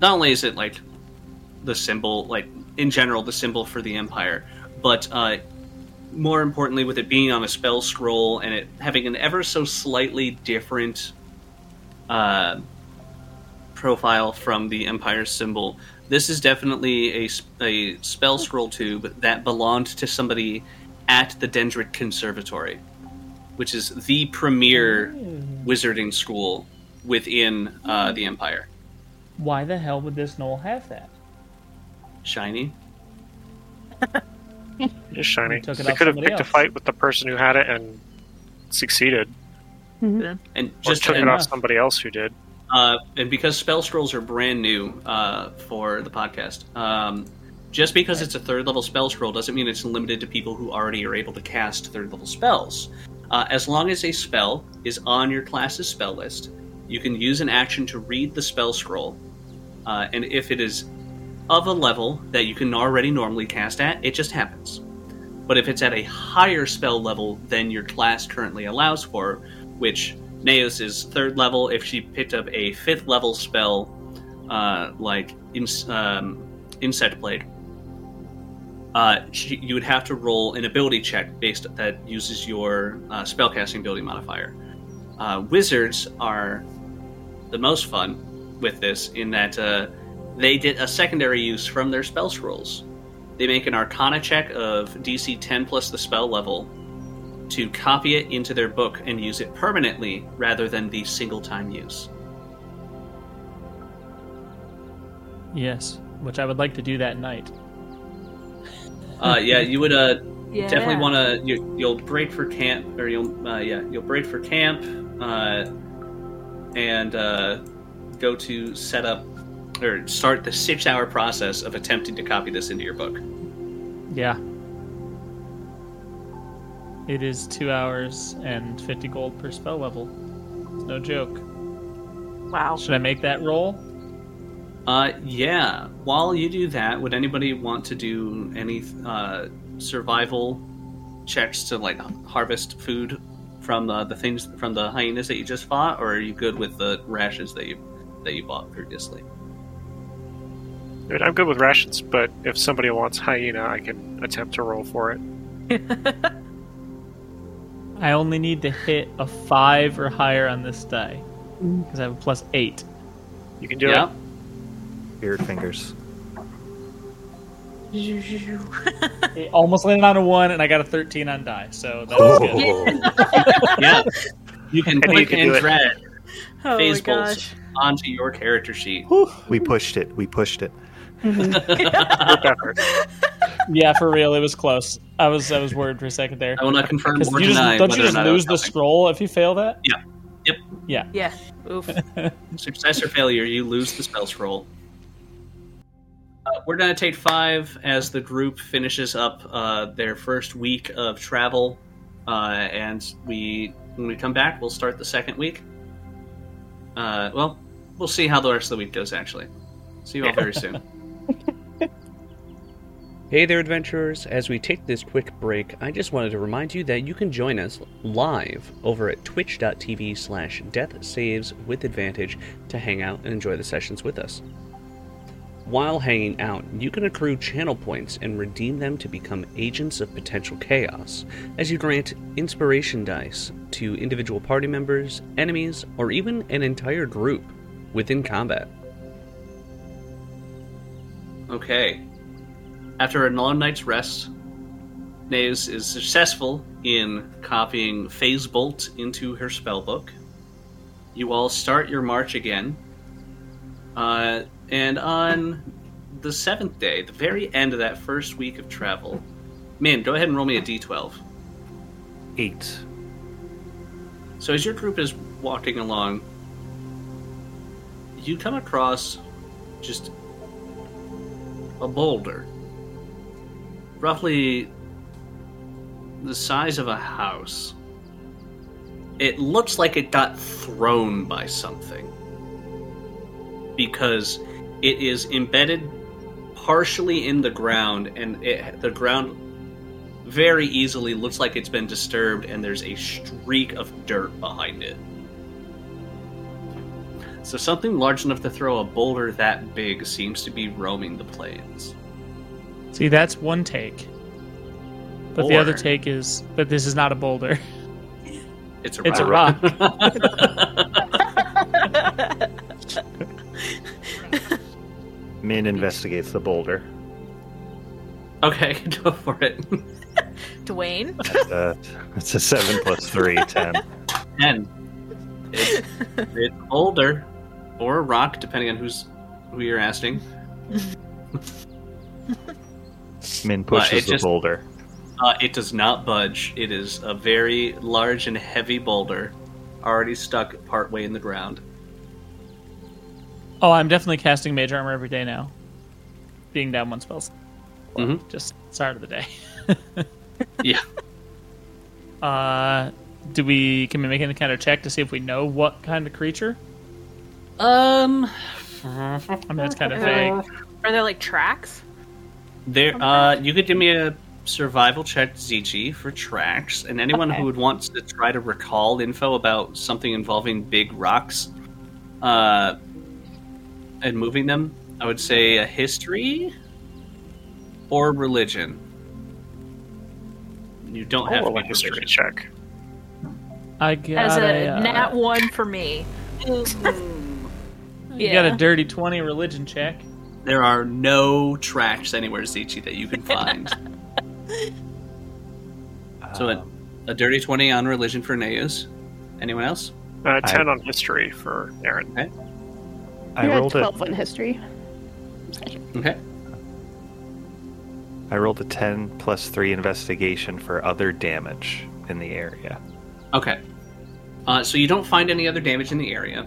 S1: not only is it like the symbol, like in general, the symbol for the empire, but uh, more importantly, with it being on a spell scroll and it having an ever so slightly different uh, profile from the empire symbol, this is definitely a, s- a spell scroll tube that belonged to somebody at the Dendrick Conservatory, which is the premier wizarding school within uh, the Empire.
S3: Why the hell would this knoll have that?
S1: Shiny.
S5: It's shiny.
S3: You took it
S5: they
S3: off
S5: could have
S3: somebody
S5: picked a
S3: else.
S5: fight with the person who had it and succeeded,
S1: And
S5: or
S1: just
S5: took it
S1: and,
S5: off
S3: enough.
S5: somebody else who did.
S1: uh, and because spell scrolls are brand new uh, for the podcast, um, just because it's a third level spell scroll doesn't mean it's limited to people who already are able to cast third level spells. Uh, as long as a spell is on your class's spell list, you can use an action to read the spell scroll, uh, and if it is of a level that you can already normally cast at, it just happens. But if it's at a higher spell level than your class currently allows for, which Naos is third level, if she picked up a fifth level spell uh, like ins- um, Insect Blade, uh, she, you would have to roll an ability check based that uses your uh, spellcasting ability modifier. Uh, wizards are the most fun with this in that uh, they get a secondary use from their spell scrolls. They make an Arcana check of DC 10 plus the spell level to copy it into their book and use it permanently rather than the single time use.
S3: Yes, which I would like to do that night.
S1: Uh, yeah, you would uh,
S6: Yeah.
S1: definitely want to. You, you'll break for camp, or you'll uh, yeah, you'll break for camp, uh, and uh, go to set up or start the six hour process of attempting to copy this into your book.
S3: Yeah. It is two hours and 50 gold per spell level. It's no joke.
S6: Wow.
S3: Should I make that roll?
S1: Uh, yeah. While you do that, would anybody want to do any uh, survival checks to like harvest food from uh, the things from the hyenas that you just fought, or are you good with the rations that you that you bought previously?
S5: Dude, I'm good with rations, but if somebody wants hyena, I can attempt to roll for it.
S3: I only need to hit a five or higher on this die because I have a plus eight.
S5: You can do
S1: yeah.
S5: it.
S2: Beard fingers.
S3: It almost landed on a one, and I got a thirteen on die, so that's good.
S2: Oh.
S1: yeah. You can
S5: And you
S1: click
S5: can
S1: and
S5: do it.
S1: drag
S6: Oh my
S1: phase bolts.
S6: gosh.
S1: onto your character sheet.
S2: we pushed it. We pushed it.
S7: Mm-hmm.
S5: Group effort.
S3: Yeah, for real, it was close. I was I was worried for a second there.
S1: I will not confirm
S3: 'Cause
S1: or
S3: you just-
S1: deny
S3: don't
S1: whether
S3: you just
S1: or not I was
S3: lose the
S1: helping.
S3: scroll if you fail that?
S6: Yeah. Oof.
S1: Success or failure, you lose the spell scroll. Uh, we're going to take five as the group finishes up uh, their first week of travel, uh, and we when we come back, we'll start the second week. Uh, well, we'll see how the rest of the week goes. Actually, see you all very soon.
S8: Hey there, adventurers. As we take this quick break, I just wanted to remind you that you can join us live over at twitch.tv slash death saves with advantage to hang out and enjoy the sessions with us. While hanging out, you can accrue channel points and redeem them to become agents of potential chaos as you grant inspiration dice to individual party members, enemies, or even an entire group within combat.
S1: Okay. After a long night's rest, Naeus is successful in copying Phase Bolt into her spellbook. You all start your march again. Uh, and on the seventh day, the very end of that first week of travel, Min, go ahead and roll me a d12.
S2: Eight.
S1: So as your group is walking along, you come across just a boulder, roughly the size of a house. It looks like it got thrown by something because it is embedded partially in the ground, and it, the ground very easily looks like it's been disturbed, and there's a streak of dirt behind it. So something large enough to throw a boulder that big seems to be roaming the plains.
S3: See, that's one take. But the
S1: Or-
S3: other take is, but this is not a boulder.
S1: It's a
S3: It's a
S1: rock.
S2: Min investigates the boulder.
S1: okay, go for it.
S6: Dwayne?
S2: That's a, that's a 7 plus 3, 10.
S1: Ten. It's, it's a boulder or a rock, depending on who's who you're asking.
S2: Min
S1: Well, it
S2: pushes the
S1: just-
S2: boulder.
S1: Uh, it does not budge. It is a very large and heavy boulder, already stuck partway in the ground.
S3: Oh, I'm definitely casting Mage Armor every day now. Being down one spell.
S1: Mhm.
S3: Just start of the day.
S1: Yeah.
S3: Uh, do we? Can we make any kind of check to see if we know what kind of creature?
S1: Um,
S3: I mean, that's kind of vague.
S6: Are there like tracks?
S1: There, uh, you could give me a survival check, Zichi, for tracks, and anyone
S7: Okay.
S1: who would want to try to recall info about something involving big rocks, uh, and moving them, I would say a history or religion. You don't
S5: I'll
S1: have to
S5: roll
S1: be
S5: a Oh, history
S1: proficient.
S5: check.
S3: I got
S6: As a
S3: uh,
S6: nat one for me. Oh
S3: you
S6: yeah.
S3: got a dirty twenty religion check.
S1: There are no tracks anywhere, Zichi, that you can find. so a, a dirty twenty on religion for Neus. Anyone else?
S5: Uh, 10 on history for Aaron.
S2: I
S7: You're at
S2: rolled a
S7: 12 in history.
S1: Okay.
S2: I rolled a 10 plus 3 investigation for other damage in the area.
S1: Okay. Uh, so you don't find any other damage in the area.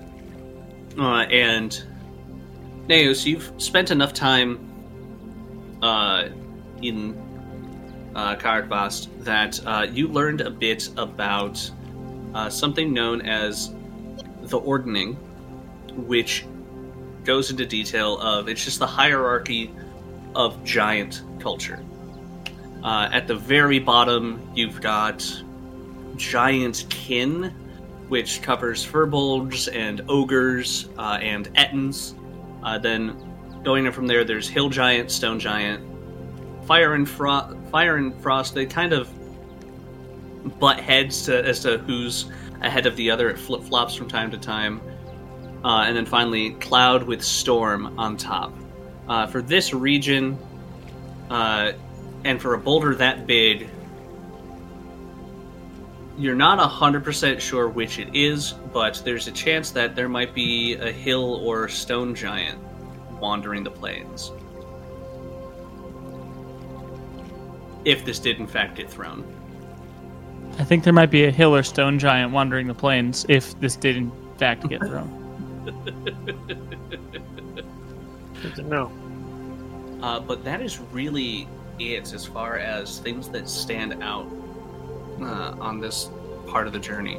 S1: Uh, and, Neos, you've spent enough time uh, in uh, Karakvast that uh, you learned a bit about uh, something known as the Ordning, which goes into detail of it's just the hierarchy of giant culture. Uh, at the very bottom, you've got giant kin, which covers furbolgs and ogres uh, and ettins. Uh, then going in from there, there's hill giant, stone giant, fire and frost. Fire and frost. They kind of butt heads to, as to who's ahead of the other. It flip flops from time to time. Uh, and then finally, cloud with storm on top. Uh, for this region, uh, and for a boulder that big, you're not 100% sure which it is, but there's a chance that there might be a hill or stone giant wandering the plains. If this did, in fact, get thrown.
S3: I think there might be a hill or stone giant wandering the plains if this did in fact get thrown.
S5: Good to know.
S1: Uh, but that is really it as far as things that stand out uh, on this part of the journey.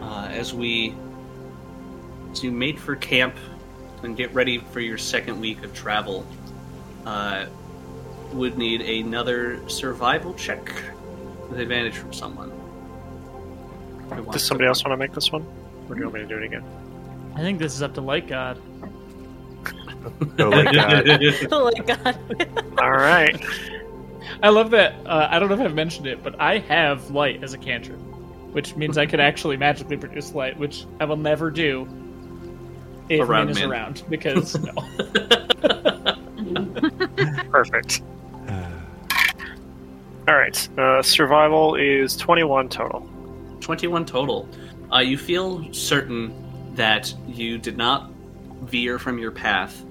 S1: Uh, as we as you made for camp and get ready for your second week of travel, uh, would need another survival check with advantage from someone. Who wants
S5: Does
S1: to-
S5: somebody else want to make this one? Or do you want me to do it again?
S3: I think this is up to Light God.
S2: Oh my god.
S6: oh my god.
S5: All right.
S3: I love that. Uh, I don't know if I've mentioned it, but I have light as a cantrip, which means I could actually magically produce light, which I will never do if
S1: Around
S3: Min is
S1: Min.
S3: around because no.
S5: Perfect. All right. Uh, survival is 21 total.
S1: 21 total. Uh, you feel certain that you did not veer from your path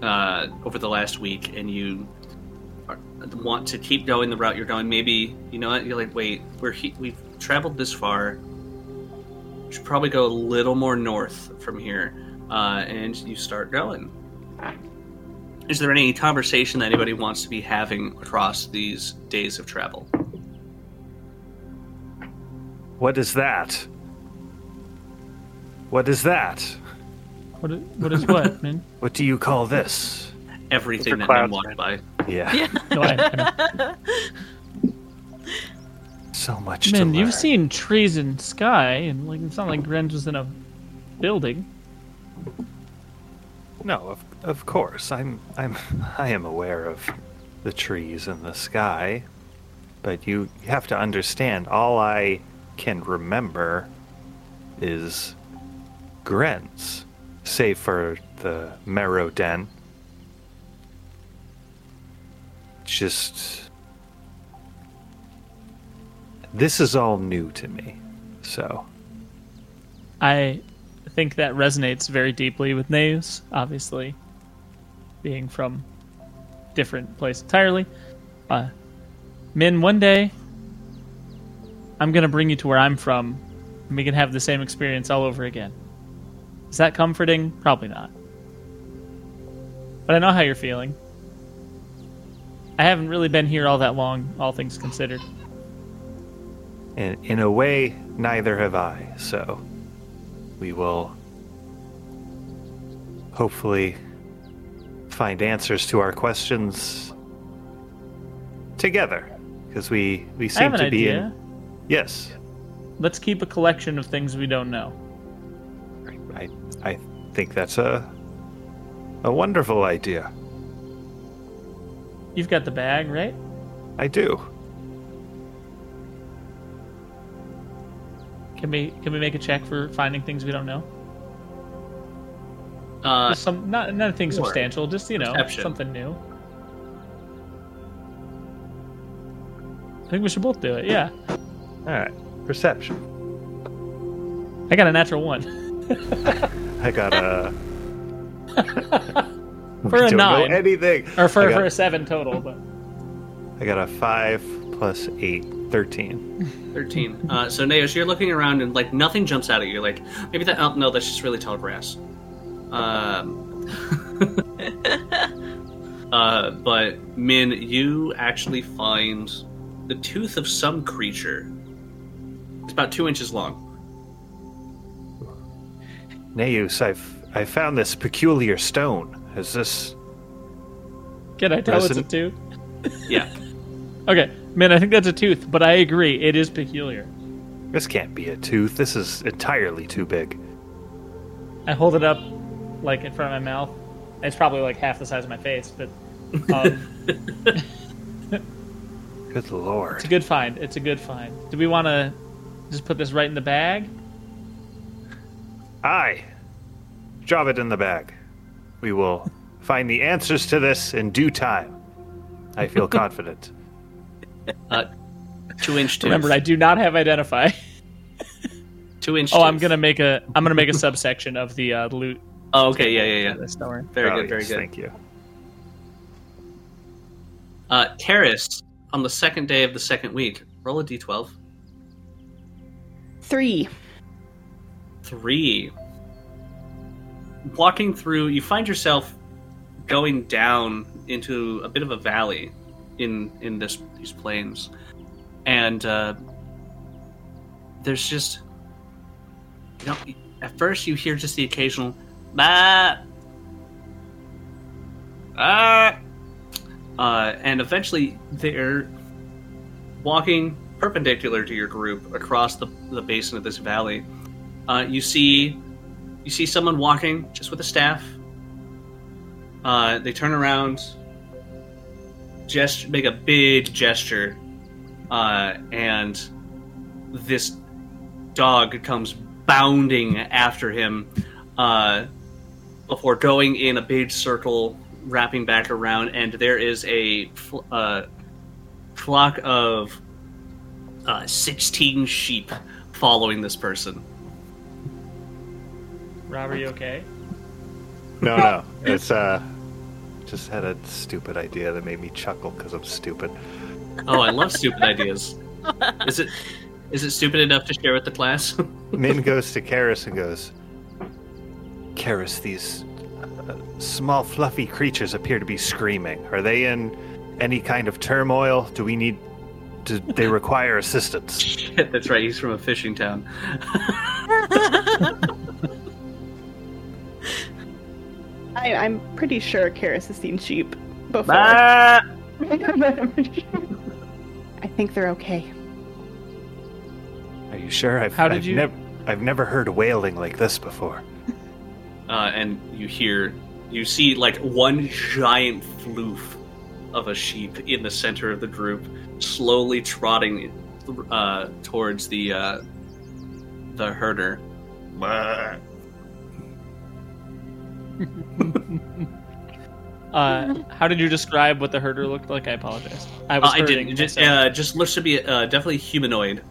S1: uh, over the last week, and you are, want to keep going the route you're going. Maybe you know what you're like. Wait, we're he- we've traveled this far. Should probably go a little more north from here, uh, and you start going. Is there any conversation that anybody wants to be having across these days of travel?
S2: What is that? What is that?
S3: What, i- what is what, Min?
S2: What do you call this?
S1: Everything
S5: Mr.
S1: that
S5: Cloud,
S1: walked by.
S2: Yeah.
S3: No, I, I know.
S2: So much to
S3: Man,
S2: learn.
S3: you've seen trees and sky, and like it's not like Gren's was in a building.
S2: No, of, of course. I'm I'm I am aware of the trees and the sky, but you you have to understand all I can remember is Gren's, save for the Marrow Den. Just this is all new to me. So,
S3: I think that resonates very deeply with Naeus, obviously, being from different place entirely. Uh, Min, one day I'm gonna bring you to where I'm from, and we can have the same experience all over again. Is that comforting? Probably not. But I know how you're feeling. I haven't really been here all that long, all things considered.
S2: In, in a way, neither have I, so we will hopefully find answers to our questions together because we, we
S3: I have
S2: seem
S3: an
S2: to be
S3: idea.
S2: in. Yes,
S3: Let's keep a collection of things we don't know.
S2: I, I think that's a, a wonderful idea.
S3: You've got the bag, right?
S2: I do.
S3: Can we can we make a check for finding things we don't know?
S1: Uh,
S3: Just some not not a thing
S1: sure.
S3: substantial, just you know
S1: Perception.
S3: something new. I think we should both do it. Yeah,
S2: All right, perception.
S3: I got a natural one.
S2: I got a.
S3: For a
S2: don't
S3: nine.
S2: know anything.
S3: or for,
S2: I got,
S3: for a seven total. But
S2: I got a five plus eight, 13.
S1: 13. Uh, so, Naos, you're looking around and, like, nothing jumps out at you. You're like, maybe that. Oh, no, that's just really tall grass. Um. uh, but, Min, you actually find the tooth of some creature. It's about two inches long.
S2: Neus, I've I found this peculiar stone. Is this
S3: can I tell
S2: Listen.
S3: it's a tooth?
S1: Yeah.
S3: Okay, man, I think that's a tooth, but I agree it is peculiar.
S2: this can't be a tooth. This is entirely too big.
S3: I hold it up like in front of my mouth. It's probably like half the size of my face, but um,
S2: Good
S3: it's a
S2: lord.
S3: good find. It's a good find. Do we want to just put this right in the bag?
S2: Aye. Drop it in the bag. We will find the answers to this in due time. I feel confident.
S1: Uh, two inch tooth.
S3: Remember, I do not have identify.
S1: Two inch
S3: Oh, I'm
S1: tooth.
S3: gonna make a I'm gonna make a subsection of the uh, loot.
S1: Oh, okay, yeah, yeah,
S3: for
S1: yeah.
S3: This, don't worry.
S1: Very
S2: Oh,
S1: good, very
S2: yes,
S1: good.
S2: Thank you.
S1: Uh, Karis, on the second day of the second week, roll a d12.
S7: Three.
S1: Three. Walking through, you find yourself going down into a bit of a valley in in this these plains, and uh, there's just you know at first you hear just the occasional bah ah, uh, and eventually they're walking perpendicular to your group across the, the basin of this valley. Uh, you see, you see someone walking just with a staff. Uh, they turn around, gest- make a big gesture, uh, and this dog comes bounding after him uh, before going in a big circle, wrapping back around, and there is a fl- uh, flock of uh, 16 sheep following this person.
S3: Rob, are you okay?
S2: No, no. It's uh just had a stupid idea that made me chuckle cuz I'm stupid.
S1: Oh, I love stupid ideas. Is it is it stupid enough to share with the class?
S2: Min goes to Karis and goes, Karis, these uh, small, fluffy creatures appear to be screaming. Are they in any kind of turmoil? Do we need. Do they require assistance?
S1: Shit, That's right. He's from a fishing town.
S7: I, I'm pretty sure Karis has seen sheep before.
S1: Ah!
S7: I think they're okay.
S2: you sure? I've,
S3: How did
S2: I've
S3: you-
S2: nev- I've never heard wailing like this before.
S1: uh, and you hear, you see like one giant floof of a sheep in the center of the group, slowly trotting uh, towards the uh, the herder.
S3: Uh, how did you describe what the herder looked like? I apologize. I
S1: Uh,
S3: was.
S1: I
S3: herding
S1: didn't. Just,
S3: myself.
S1: uh, just looks to be uh, definitely humanoid.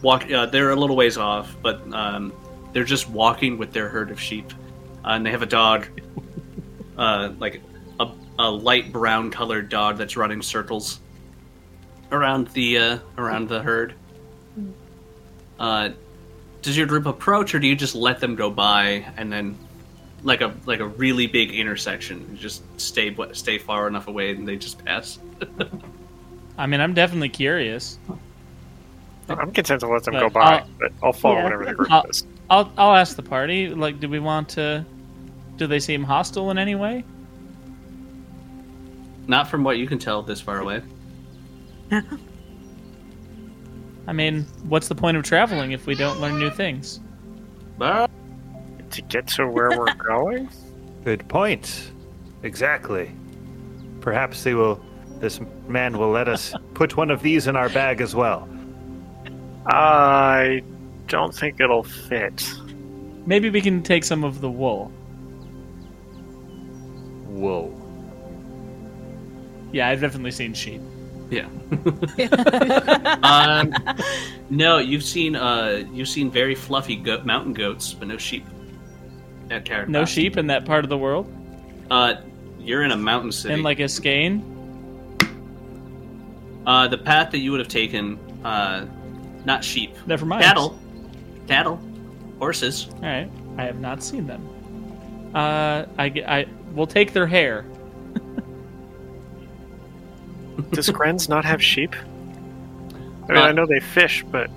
S1: Walk. Uh, they're a little ways off, but um, they're just walking with their herd of sheep, uh, and they have a dog, uh, like a, a light brown colored dog that's running circles around the uh, around the herd. Uh, does your group approach, or do you just let them go by and then? Like a like a really big intersection, you just stay stay far enough away, and they just pass.
S3: I mean, I'm definitely curious.
S5: I'm content to let them
S3: But
S5: go by,
S3: I'll-
S5: but I'll follow
S7: Yeah.
S5: whatever the group
S3: I'll-
S5: is.
S3: I'll I'll ask the party. Like, do we want to? Do they seem hostile in any way?
S1: Not from what you can tell this far away.
S3: I mean, what's the point of traveling if we don't learn new things?
S5: To get to where we're going?
S2: Good point. Exactly. Perhaps they will. This man will let us put one of these in our bag as well.
S5: I don't think it'll fit.
S3: Maybe we can take some of the wool.
S2: Whoa.
S3: Yeah, I've definitely seen sheep.
S1: Yeah. um, no, you've seen uh, you've seen very fluffy go- mountain goats, but no sheep. At Carrot
S3: No
S1: Pass.
S3: sheep in that part of the world,
S1: Uh, you're in a mountain city.
S3: and like a skein.
S1: uh, the path that you would have taken, uh, not sheep,
S3: Never mind.
S1: cattle, cattle, horses.
S3: All right, I have not seen them. Uh, I ge- I will take their hair.
S5: Does Grenz not have sheep? I mean,
S1: Uh,
S5: I know they fish, but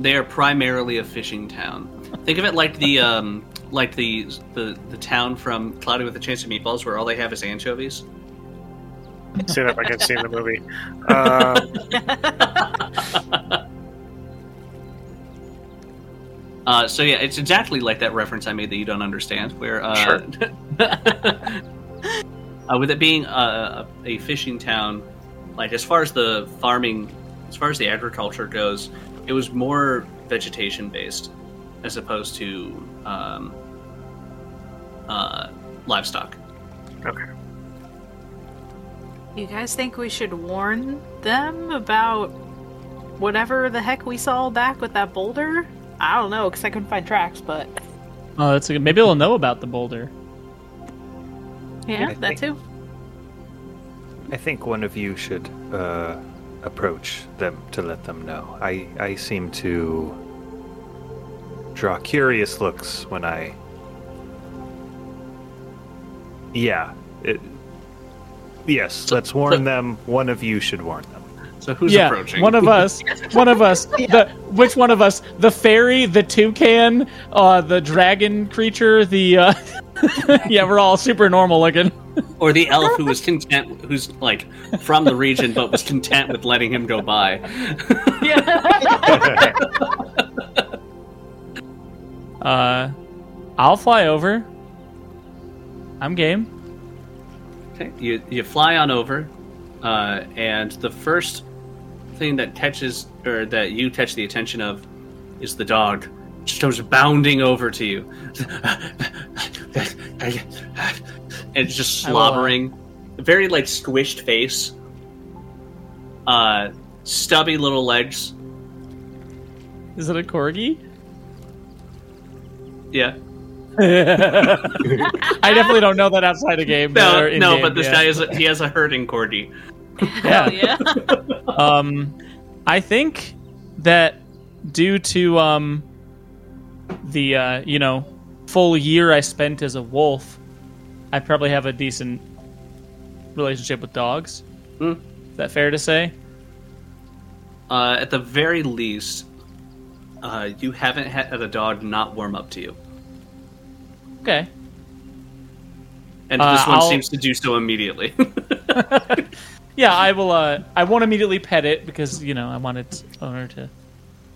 S1: They are primarily a fishing town. Think of it like the um, like the the the town from Cloudy with a Chance of Meatballs, where all they have is anchovies.
S5: say that like I've seen the movie. Uh,
S1: Uh, so yeah, it's exactly like that reference I made that you don't understand. Where uh,
S5: Sure.
S1: uh, with it being a, a fishing town, like as far as the farming, as far as the agriculture goes, it was more vegetation based as opposed to um, uh, livestock.
S6: You guys think we should warn them about whatever the heck we saw back with that boulder? I don't know, because I couldn't find tracks, but
S3: Oh, that's a good. Maybe they'll know about the boulder.
S6: yeah,
S2: I
S6: that too.
S2: I think one of you should uh, approach them to let them know. I, I seem to draw curious looks when I. Yeah. It... Yes, let's warn them. One of you should warn them.
S1: So who's
S3: yeah,
S1: approaching?
S3: one of uh, us. One of us. The which one of us? The fairy, the toucan, uh, the dragon creature, the. Uh, yeah, we're all super normal looking.
S1: or the elf who was content, who's like from the region but was content with letting him go by.
S3: Uh, I'll fly over. I'm game.
S1: Okay, you you fly on over, uh, and the first thing that catches or that you catch the attention of is the dog. Just comes bounding over to you, and it's just
S3: I will, uh,
S1: slobbering, very like squished face, uh, stubby little legs.
S3: Is it a corgi?
S1: Yeah,
S3: I definitely don't know that outside of game.
S1: no,
S3: or in
S1: no,
S3: game,
S1: but this
S3: yeah.
S1: guy is a, he has a herding corgi.
S3: Yeah.
S6: Hell yeah.
S3: um, I think that due to um, the uh, you know full year I spent as a wolf, I probably have a decent relationship with dogs.
S1: Hmm.
S3: Is that fair to say?
S1: Uh, at the very least, uh, you haven't had the dog not warm up to you.
S3: Okay.
S1: And
S3: Uh,
S1: this one
S3: I'll-
S1: seems to do so immediately.
S3: Yeah, I will. Uh, I won't immediately pet it because you know I want its owner to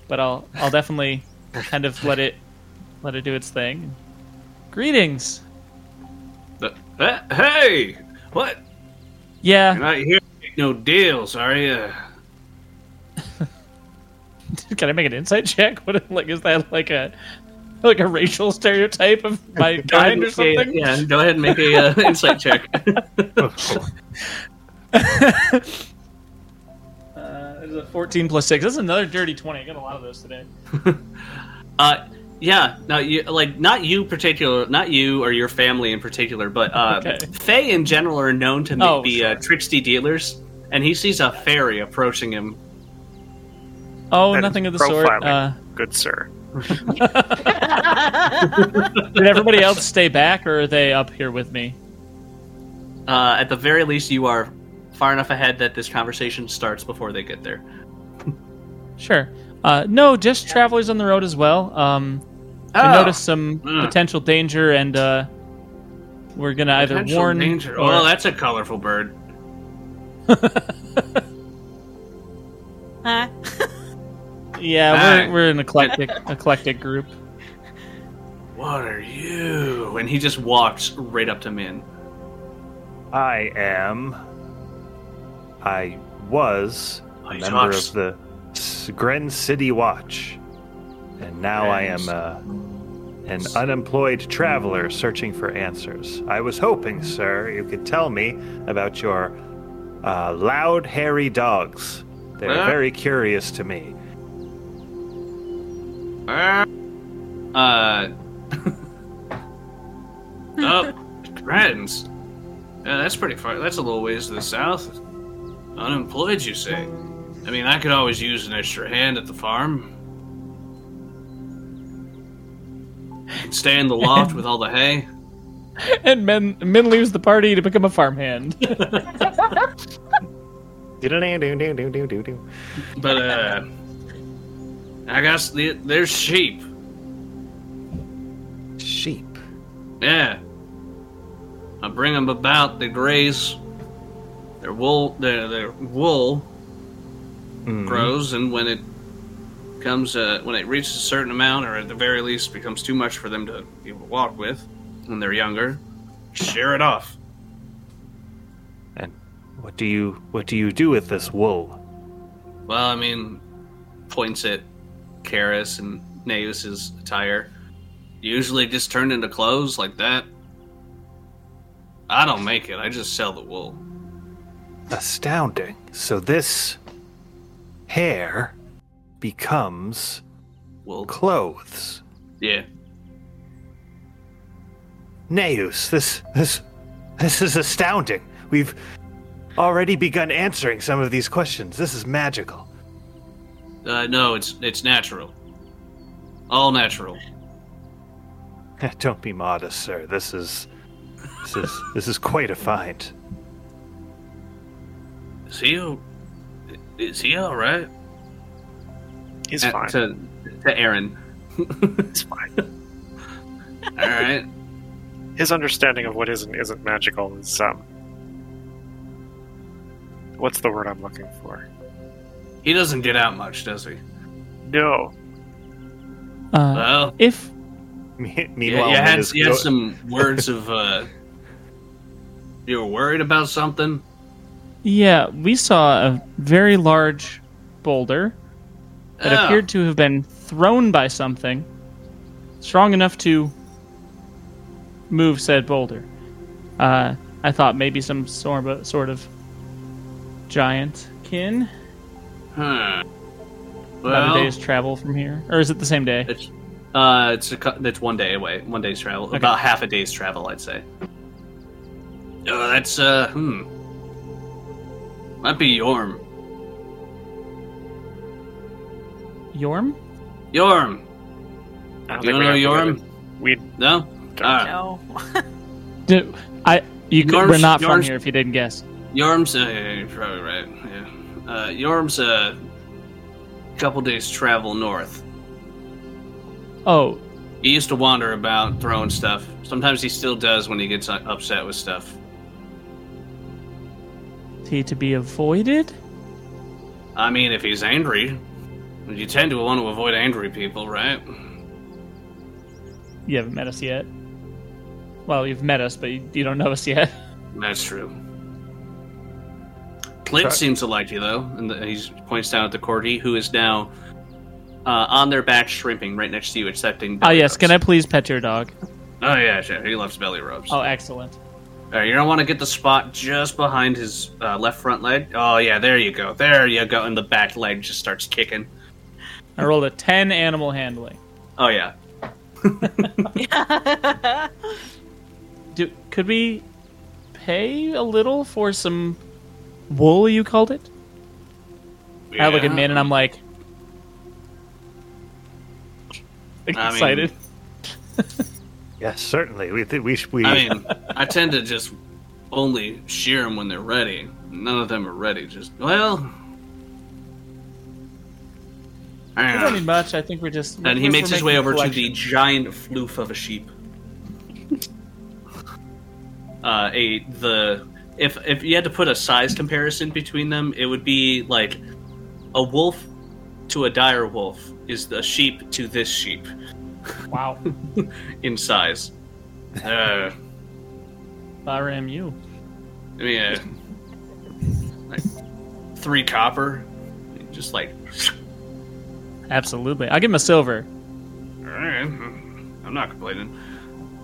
S3: but I'll I'll definitely kind of let it let it do its thing. Greetings.
S1: Uh, uh, hey, what? You're
S3: Yeah,
S1: not here to make no deals, are you?
S3: can I make an insight check? What like is that like a like a racial stereotype of my kind or something?
S1: yeah, go ahead and make a uh, insight check.
S3: Uh, it's a 14 plus 6. That's another dirty 20. I got a lot of those today.
S1: Uh, yeah. Now, you like not you particular, not you or your family in particular, but uh,
S3: Okay.
S1: Fae in general are known to
S3: Oh,
S1: be
S3: sure.
S1: uh, tricksty dealers, and he sees a fairy approaching him.
S3: Oh,
S5: That is
S3: nothing of the sort. Uh,
S5: profiling. Good sir.
S3: Uh, did everybody else stay back or are they up here with me?
S1: Uh, at the very least, you are far enough ahead that this conversation starts before they get there.
S3: Sure. Uh, no, just travelers on the road as well. Um, I
S1: Oh,
S3: noticed some
S1: Mm.
S3: potential danger, and uh, we're gonna either
S1: potential
S3: warn
S1: danger.
S3: or
S1: Oh, that's a colorful bird.
S4: Huh?
S3: yeah,
S1: Alright.
S3: we're, we're an eclectic eclectic group.
S1: What are you? And he just walks right up to Min.
S2: I am. I was a
S1: I
S2: member
S1: touched.
S2: of the S- Gren City Watch, and now I am
S1: Gren
S2: uh an unemployed traveler searching for answers. I was hoping, sir, you could tell me about your uh, loud, hairy dogs. They're
S1: Huh?
S2: very curious to me.
S1: Uh. oh, friends. Yeah, that's pretty far. That's a little ways to the south. Unemployed, you say? I mean, I could always use an extra hand at the farm. Can Stay in the loft with all the hay.
S3: And men men leaves the party to become a farmhand.
S1: But uh, I guess the, there's sheep.
S2: Sheep.
S1: Yeah. I bring them about. They graze. Their wool. Their, their wool
S2: Mm.
S1: grows, and when it comes, uh, when it reaches a certain amount, or at the very least becomes too much for them to be able to walk with, when they're younger, shear it off.
S2: And what do you what do you do with this wool?
S1: Well, I mean, points at Karis and Naeus's attire. Usually just turned into clothes like that. I don't make it. I just sell the wool.
S2: Astounding. So this hair becomes
S1: Wool.
S2: clothes.
S1: Yeah.
S2: Neus, this this this is astounding. We've already begun answering some of these questions. This is magical.
S1: Uh, no, it's it's natural. All natural.
S2: Don't be modest, sir. This is this is this is quite a find.
S1: Is he o- is he all right?
S5: He's
S1: Uh,
S5: fine.
S1: To to Aaron.
S5: He's fine.
S1: All right.
S5: His understanding of what is and isn't magical is um. What's the word I'm looking for?
S1: He doesn't get out much, does he?
S5: No.
S3: Uh,
S1: Well,
S3: if
S2: Me-
S1: you,
S2: Meanwhile,
S1: you
S2: Min
S1: had
S2: is
S1: you had
S2: go-
S1: some words of uh, you were worried about something.
S3: yeah, we saw a very large boulder that
S1: Oh,
S3: appeared to have been thrown by something strong enough to move said boulder. Uh, I thought maybe some sort of, sort of giant kin
S1: Oh, huh.
S3: about
S1: Well,
S3: a day's travel from here. Or is it the same day?
S1: it's uh, it's a, cou- it's one day away, one day's travel, about half a day's travel, I'd say. Uh, that's uh, hmm, might be Yorm.
S3: Yorm?
S1: Yorm, you
S5: I don't think
S1: don't
S5: we
S1: know
S5: have to
S1: Yorm?
S5: We
S1: No. Ah.
S6: no.
S3: Do, I, you could,
S1: Yorm's-
S3: we're not from
S1: Yorm's-
S3: here if you didn't guess.
S1: Yorm's, uh, yeah, you're probably right. Yeah. Uh, Yorm's a couple days travel north.
S3: Oh,
S1: He used to wander about throwing stuff. Sometimes he still does when he gets u- upset with stuff.
S3: he to be avoided?
S1: I mean, if he's angry, You tend to want to avoid angry people, right?
S3: You haven't met us yet. Well, you've met us, but you, you don't know us yet.
S1: That's true. Clint
S2: Sorry.
S1: seems to like you, though, and the, he points down at the Cordy, who is now uh, on their back, shrimping right next to you, accepting.
S3: Ah,
S1: belly
S3: yes. Can I
S1: rubs.
S3: please pet your dog?
S1: Oh yeah, sure. He loves belly rubs.
S3: Oh, excellent.
S1: All right, you're gonna want to get the spot just behind his uh, left front leg. Oh yeah, there you go, there you go, and the back leg just starts kicking.
S3: I rolled a 10 animal handling.
S1: Oh yeah,
S3: Do, could we pay a little for some wool, you called it? I look at
S1: Yeah.
S3: Min and I'm like.
S1: mean-
S3: Excited.
S2: Yes, certainly. We th- we sh- we.
S1: I mean, I tend to just only shear them when they're ready. None of them are ready. Just well. I
S3: We
S1: don't
S3: don't
S1: know.
S3: need much. I think we're just.
S1: And Ah. he
S3: we're
S1: makes his
S3: making
S1: way
S3: a
S1: over to the
S3: collection.
S1: giant floof of a sheep. uh, a the if if you had to put a size comparison between them, it would be like a wolf to a dire wolf is the sheep to this sheep
S3: Wow.
S1: in size. Uh,
S3: Baram you.
S1: I mean, uh, like three copper, just like
S3: Absolutely. I'll give him a silver.
S1: All right, I'm not complaining.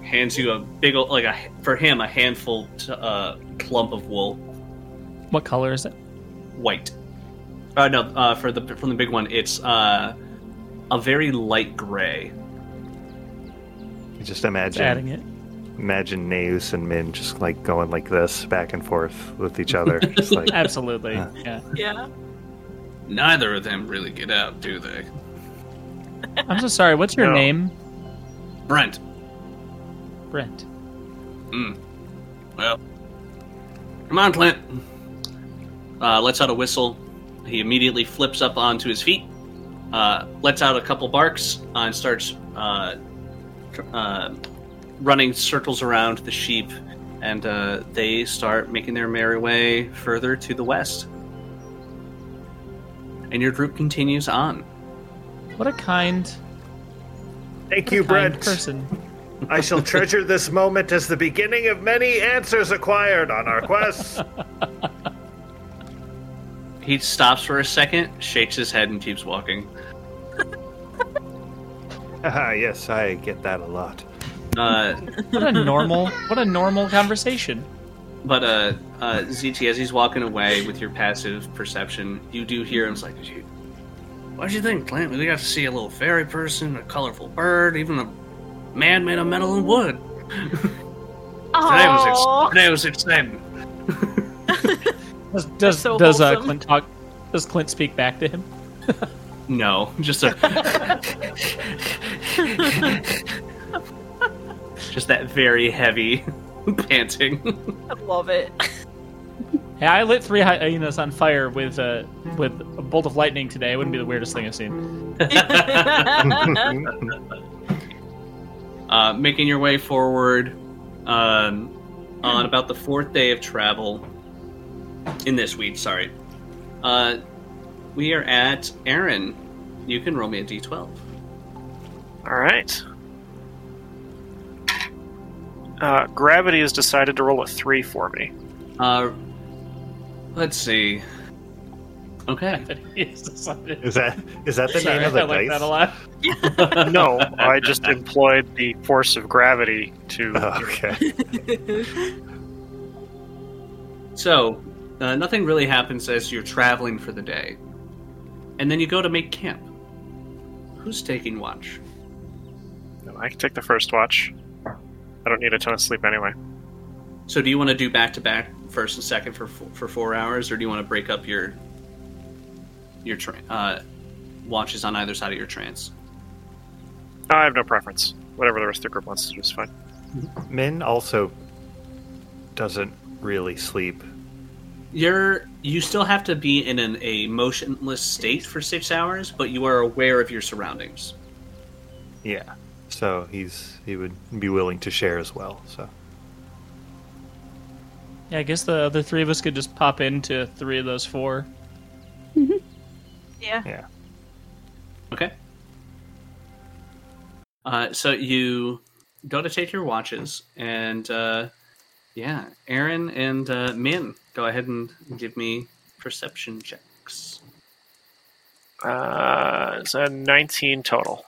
S1: Hands you a big ol' like a for him a handful t- uh, clump of wool,
S3: What color is it?
S1: white. Uh, no, uh, for the from the big one, it's uh, a very light gray.
S2: just imagine
S3: Adding it.
S2: imagine Neus and Min just like going like this back and forth with each other. Just like
S3: Absolutely.
S2: Yeah.
S3: Yeah.
S4: yeah.
S1: Neither of them really get out, do they?
S3: I'm so sorry. What's your
S5: No.
S3: name?
S1: Brent.
S3: Brent.
S1: Mm. Well, come on, Clint. Uh, lets out a whistle. He immediately flips up onto his feet, uh, lets out a couple barks, uh, and starts uh, tr- uh, running circles around the sheep. And uh, they start making their merry way further to the west. And your group continues on.
S3: What a kind,
S2: Thank
S3: what a
S2: you,
S3: kind
S2: Brent.
S3: person.
S2: I shall treasure this moment as the beginning of many answers acquired on our quest.
S1: He stops for a second, shakes his head, and keeps walking.
S2: Ah, yes, I get that a lot.
S1: Uh,
S3: What a normal. What a normal conversation.
S1: But uh, uh, ZT, as he's walking away with your passive perception, you do hear him. It's like, "Gee, what'd you think, Clint? We got to see a little fairy person, a colorful bird, even a man made of metal and wood. Today was,
S4: Aw.
S1: ex- today was exciting.
S3: Does does,
S6: so
S3: does uh,
S6: wholesome.
S3: Clint talk? Does Clint speak back to him?
S1: No, just a. just that very heavy panting.
S6: I love it.
S3: Hey, I lit three hyenas on fire with a with a bolt of lightning today. It wouldn't be the weirdest thing I've seen.
S1: uh, making your way forward um, on about the fourth day of travel in this week. Sorry, uh, we are at Aaron. You can roll me a d12.
S5: All right. Uh, gravity has decided to roll a three for me.
S1: Uh, let's see. Okay.
S3: That he has decided.
S2: Is that is that the
S3: Sorry,
S2: name of
S3: I
S2: the
S3: like
S2: dice?
S3: that a lot.
S5: No, I just employed the force of gravity to.
S2: Oh, okay.
S1: So, uh, nothing really happens as you're traveling for the day, and then you go to make camp. Who's taking watch?
S5: I can take the first watch. I don't need a ton of sleep anyway.
S1: So, do you want to do back to back first and second for fo- for four hours, or do you want to break up your your tra- uh, watches on either side of your trance?
S5: I have no preference. Whatever the rest of the group wants to do is fine.
S2: Min also doesn't really sleep.
S1: You're you still have to be in an, a motionless state for six hours, but you are aware of your surroundings.
S2: Yeah. So he's he would be willing to share as well. So
S3: Yeah, I guess the other three of us could just pop into three of those four.
S6: yeah.
S2: yeah.
S1: Okay. Uh, so you go to take your watches, and uh, yeah, Aaron and uh, Min, go ahead and give me perception checks.
S5: Uh, it's a 19 total.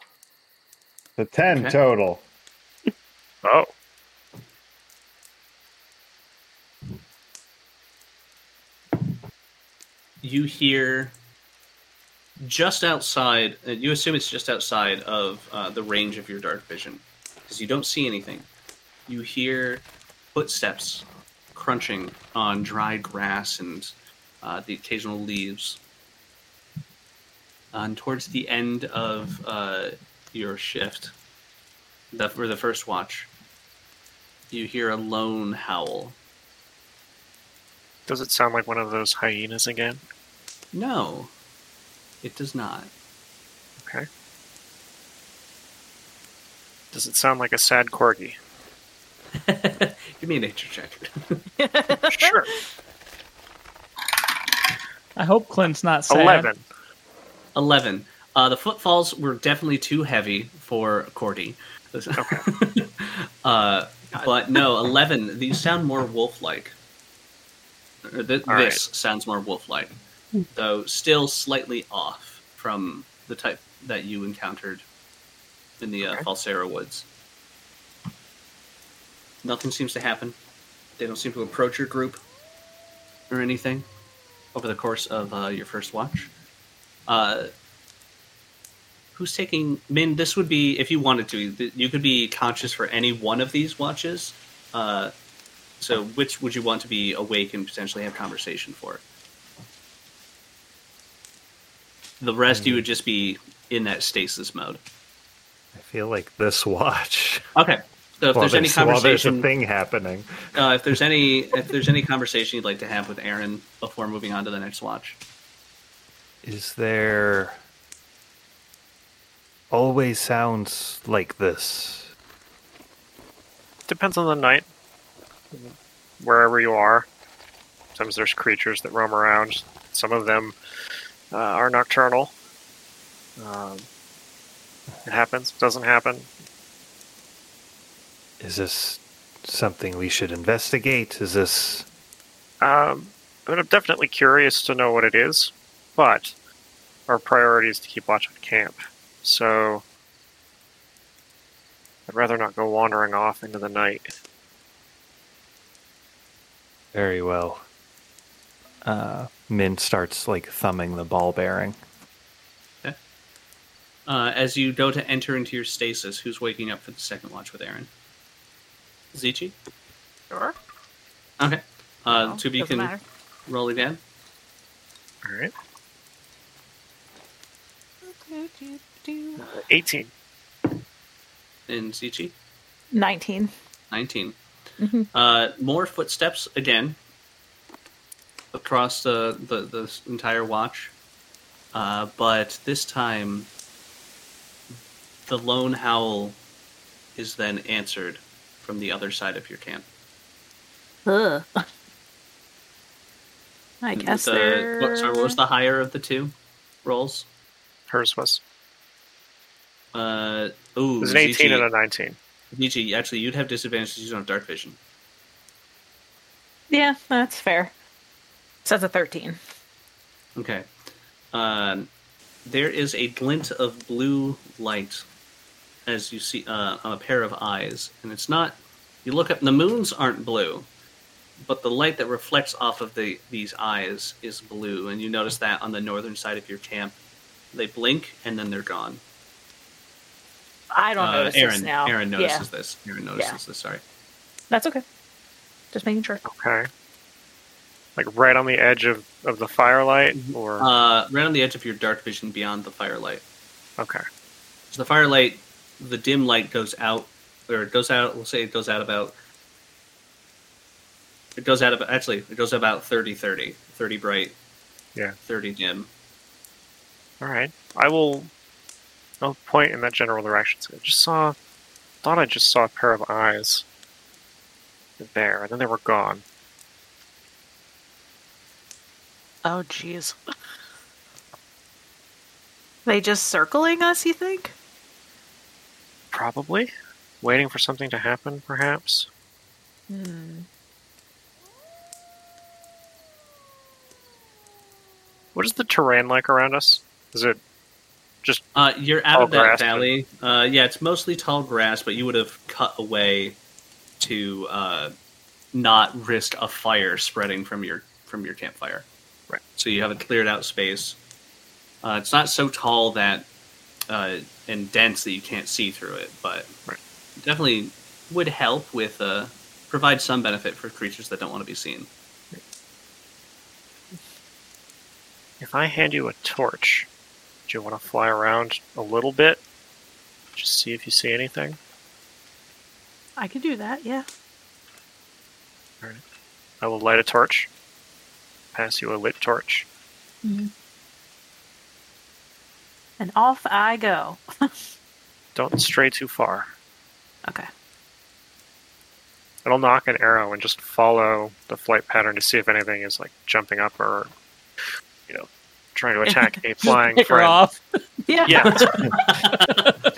S9: The 10
S1: Okay.
S9: total.
S5: Oh.
S1: You hear just outside. uh, You assume it's just outside of uh, the range of your dark vision because you don't see anything. You hear footsteps crunching on dry grass and uh, the occasional leaves. And towards the end of uh, your shift, the, for the first watch, you hear a lone howl.
S5: Does it sound like one of those hyenas again?
S1: No, it does not.
S5: Okay. Does it sound like a sad corgi?
S1: Give me a nature check.
S5: sure.
S3: I hope Clint's not sad.
S5: 11.
S1: 11. Uh, the footfalls were definitely too heavy for Cordy. uh, but no, 11. These sound more wolf like. Th- this
S5: All right.
S1: sounds more wolf like. Though still slightly off from the type that you encountered in the uh,
S5: Okay.
S1: Falsera woods. Nothing seems to happen. They don't seem to approach your group or anything over the course of uh, your first watch. Uh, who's taking Min? This would be if you wanted to. th- You could be conscious for any one of these watches. Uh, so, which would you want to be awake and potentially have conversation for? The rest, you would just be in that stasis mode.
S2: I feel like this watch.
S1: Okay. So, if
S2: while
S1: there's any
S2: while there's
S1: conversation,
S2: a thing happening.
S1: uh, if there's any if there's any conversation you'd like to have with Aaron before moving on to the next watch,
S2: Is there always sounds like this?
S5: Depends on the night. Wherever you are. Sometimes there's creatures that roam around. Some of them uh, are nocturnal. Um, it happens, doesn't happen.
S2: Is this something we should investigate? Is this
S5: Um, but I'm definitely curious to know what it is. But our priority is to keep watch on camp. So I'd rather not go wandering off into the night.
S2: very well? Uh, Min starts like thumbing the ball bearing.
S1: uh, as you go to enter into your stasis, who's waking up for the second watch with Aaron? Zichi.
S4: Sure.
S1: Okay. Uh, two of you
S4: Doesn't
S1: can
S4: matter.
S1: roll again.
S5: All right. 18.
S1: And Zichi,
S6: 19.
S1: 19.
S6: Mhm.
S1: Uh, more footsteps again across the, the, the s- entire watch. Uh, but this time, the lone howl is then answered from the other side of your camp.
S4: Ugh. I guess
S1: the,
S4: they're.
S1: what, sorry, what was the higher of the two rolls?
S5: Hers was.
S1: Uh, ooh,
S5: It was an 18
S1: Zichi-
S5: and a 19.
S1: Zichi, actually, you'd have disadvantage because you don't have dark vision.
S6: Yeah, that's fair. So that's a 13.
S1: Okay. Um, there is a glint of blue light as you see uh, on a pair of eyes, and it's not. You look up. The moons aren't blue, but the light that reflects off of the these eyes is blue, and you notice that on the northern side of your camp. They blink and then they're gone.
S6: I don't
S1: Uh,
S6: notice this
S1: Aaron,
S6: now.
S1: Aaron notices
S6: Yeah,
S1: this. Aaron notices this. Sorry.
S6: that's okay. Just making sure.
S5: Okay. Like right on the edge of, of the firelight? Or.
S1: Uh, right on the edge of your dark vision, beyond the firelight.
S5: okay.
S1: So the firelight, the dim light goes out, or it goes out. We'll say it goes out about. It goes out about actually. It goes about 30, 30, 30 bright.
S5: Yeah.
S1: Thirty dim.
S5: All right. I will. I'll point in that general direction. So I just saw. Thought I just saw a pair of eyes. There, and then they were gone.
S4: Oh, jeez. They just circling us, you think?
S5: Probably. Waiting for something to happen, perhaps. What is the terrain like around us? Is it just
S1: Uh, you're out
S5: Tall
S1: of that
S5: grass, but-
S1: valley. Uh, yeah, it's mostly tall grass, but you would have cut away to uh, not risk a fire spreading from your from your campfire.
S5: Right.
S1: So you have a cleared out space. Uh, it's not so tall that uh, and dense that you can't see through it, but
S5: Right.
S1: definitely would help with uh, provide some benefit for creatures that don't want to be seen.
S5: If I hand you a torch, do you want to fly around a little bit? Just see if you see anything?
S4: I could do that, yeah.
S5: I will light a torch. Pass you a lit torch.
S4: And off I go.
S5: Don't stray too far.
S4: Okay.
S5: And I'll knock an arrow and just follow the flight pattern to see if anything is like jumping up or, you know, trying to attack a flying
S3: Pick her
S5: friend.
S3: off.
S4: Yeah.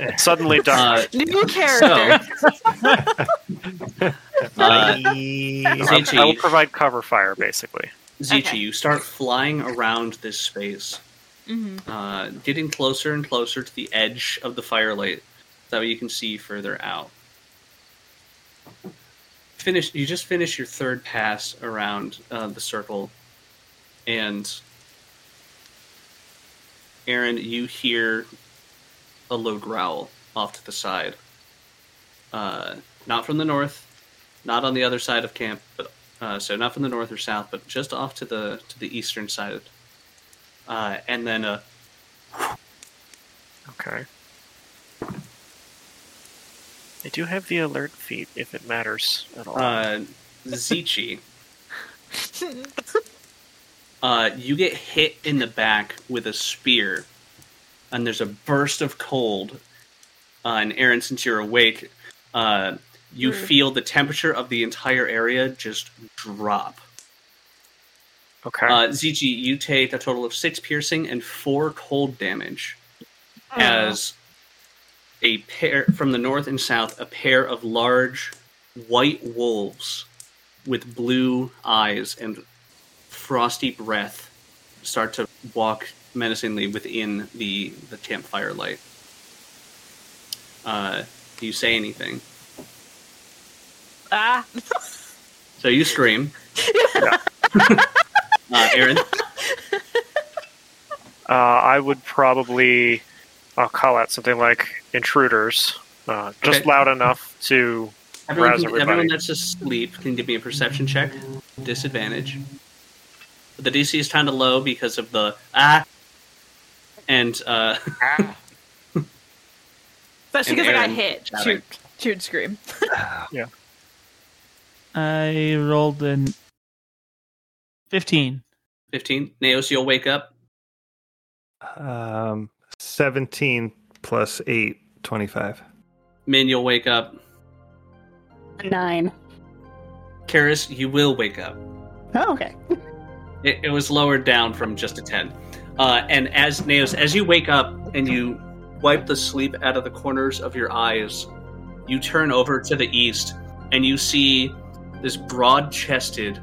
S5: Yeah. Suddenly dark.
S1: Uh,
S6: New
S1: so,
S6: character.
S1: uh,
S5: I will- I will
S1: Zichi.
S5: provide cover fire, basically.
S1: Zichi,
S4: Okay.
S1: you start flying around this space,
S6: Mhm.
S1: uh, getting closer and closer to the edge of the firelight. That way you can see further out. Finish. You just finish your third pass around uh, the circle, and Aaron, you hear a low growl off to the side. Uh, not from the north, not on the other side of camp, but uh, so not from the north or south, but just off to the to the eastern side. Uh, and then a
S5: Okay. I do have the alert feat if it matters at all.
S1: uh, Zichi. Uh, you get hit in the back with a spear, and there's a burst of cold. Uh, and Aaron, since you're awake, uh, you feel the temperature of the entire area just drop.
S5: okay.
S1: Uh, Zichi, you take a total of six piercing and four cold damage as a pair from the north and south, a pair of large white wolves with blue eyes and frosty breath start to walk menacingly within the, the campfire light. Uh, do you say anything?
S4: ah,
S1: So you scream.
S5: Yeah.
S1: uh, Aaron?
S5: Uh, I would probably I'll call out something like intruders, uh, just
S1: Okay.
S5: loud enough to
S1: Everyone,
S5: rouse
S1: can-
S5: everybody.
S1: everyone that's asleep can give me a perception check. Disadvantage. The DC is kind of low because of the ah. And uh,
S6: Especially
S1: And
S6: because I got
S1: Aaron
S6: hit.
S1: shouting.
S6: Shoot. Shoot, scream.
S3: I rolled an 15.
S1: 15. Naos, you'll wake up.
S2: Um, 17 plus 8, 25.
S1: Min, you'll wake up.
S7: Nine.
S1: Karis, you will wake up.
S7: Oh, okay.
S1: It, it was lowered down from just a 10. Uh, and as Naos, as you wake up and you wipe the sleep out of the corners of your eyes, you turn over to the east and you see this broad chested,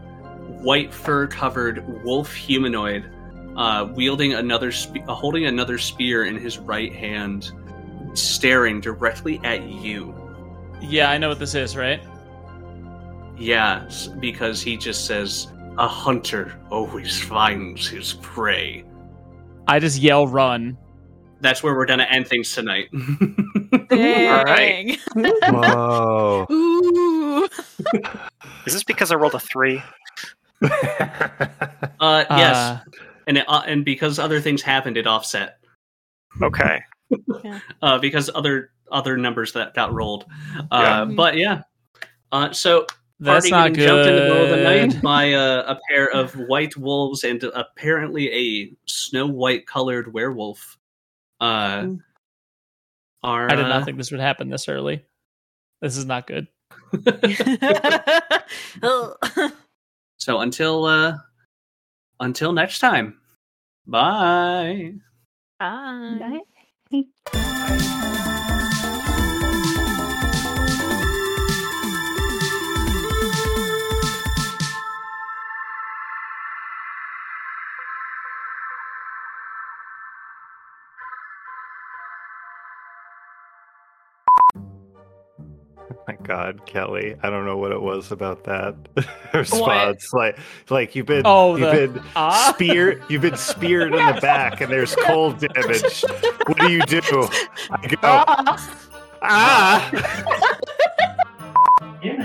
S1: white fur covered wolf humanoid uh, wielding another, spe- uh, holding another spear in his right hand, staring directly at you.
S3: Yeah, I know what this is, right?
S1: Yeah, s- because he just says, A hunter always finds his prey.
S3: I just yell run.
S1: that's where we're gonna end things tonight.
S5: right.
S6: Dang.
S2: Whoa.
S6: Ooh.
S5: Is this because I rolled a three?
S1: uh,
S3: Uh,
S1: yes, and it, uh, and because other things happened, it offset
S5: Okay.
S1: uh, because other other numbers that got rolled.
S5: Yeah.
S1: Uh, But yeah, uh, so
S3: that's
S1: party
S3: not
S1: getting jumped in the middle of the night
S3: good.
S1: by uh, a pair of white wolves and apparently a snow white colored werewolf. Uh,
S7: Mm.
S1: are
S3: I did
S1: uh,
S3: not think this would happen this early. This is not good.
S4: Ugh.
S1: so until uh, until next time. Bye.
S6: Hi.
S2: my god, Kelly, I don't know what it was about that response. Like, like you've been,
S3: Oh,
S2: you've
S3: the-
S2: been
S3: ah.
S2: speared, you've been speared in the back, and there's cold damage. What do you do? I go, ah. There-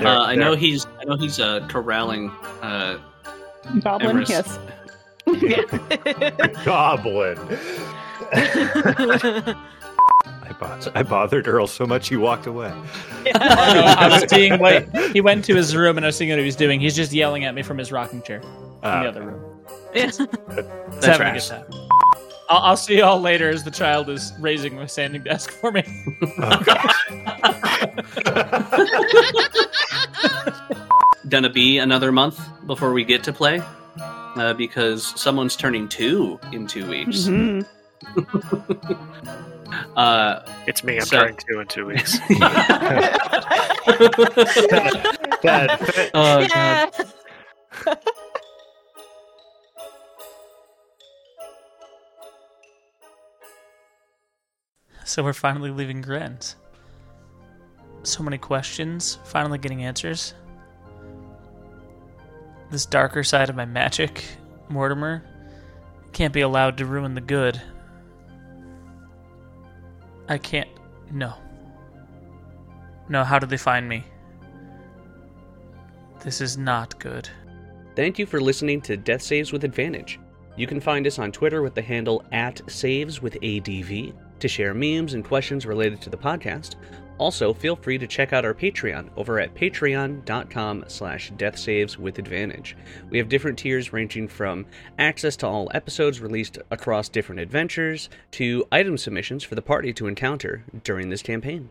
S10: Uh, I know
S2: there.
S10: he's I know he's uh, corralling. Uh,
S7: Goblin
S10: Emerus.
S7: kiss.
S2: goblin. I, bot- I bothered Earl so much he walked away.
S3: I know, I was seeing what he went to his room and I was seeing what he was doing. He's just yelling at me from his rocking chair in
S2: Uh,
S3: the other room. He's
S10: that's
S3: having a
S10: right.
S3: good time. I'll, I'll see y'all later as the child is raising my standing desk for me.
S2: oh,
S10: Gonna be another month before we get to play, uh, because someone's turning two in two weeks.
S7: Mhm.
S10: Uh,
S5: It's me. I'm
S10: So-
S5: turning two in two weeks.
S2: that-
S10: oh, God.
S11: yeah.
S3: So we're finally leaving Grant. So many questions, finally getting answers. This darker side of my magic, Mortimer, can't be allowed to ruin the good. I can't. No. No, how did they find me? This is not good.
S1: Thank you for listening to Death Saves with Advantage. You can find us on Twitter with the handle at Saves with ADV to share memes and questions related to the podcast. Also, feel free to check out our Patreon over at patreon.com slash death saves with advantage. We have different tiers ranging from access to all episodes released across different adventures to item submissions for the party to encounter during this campaign.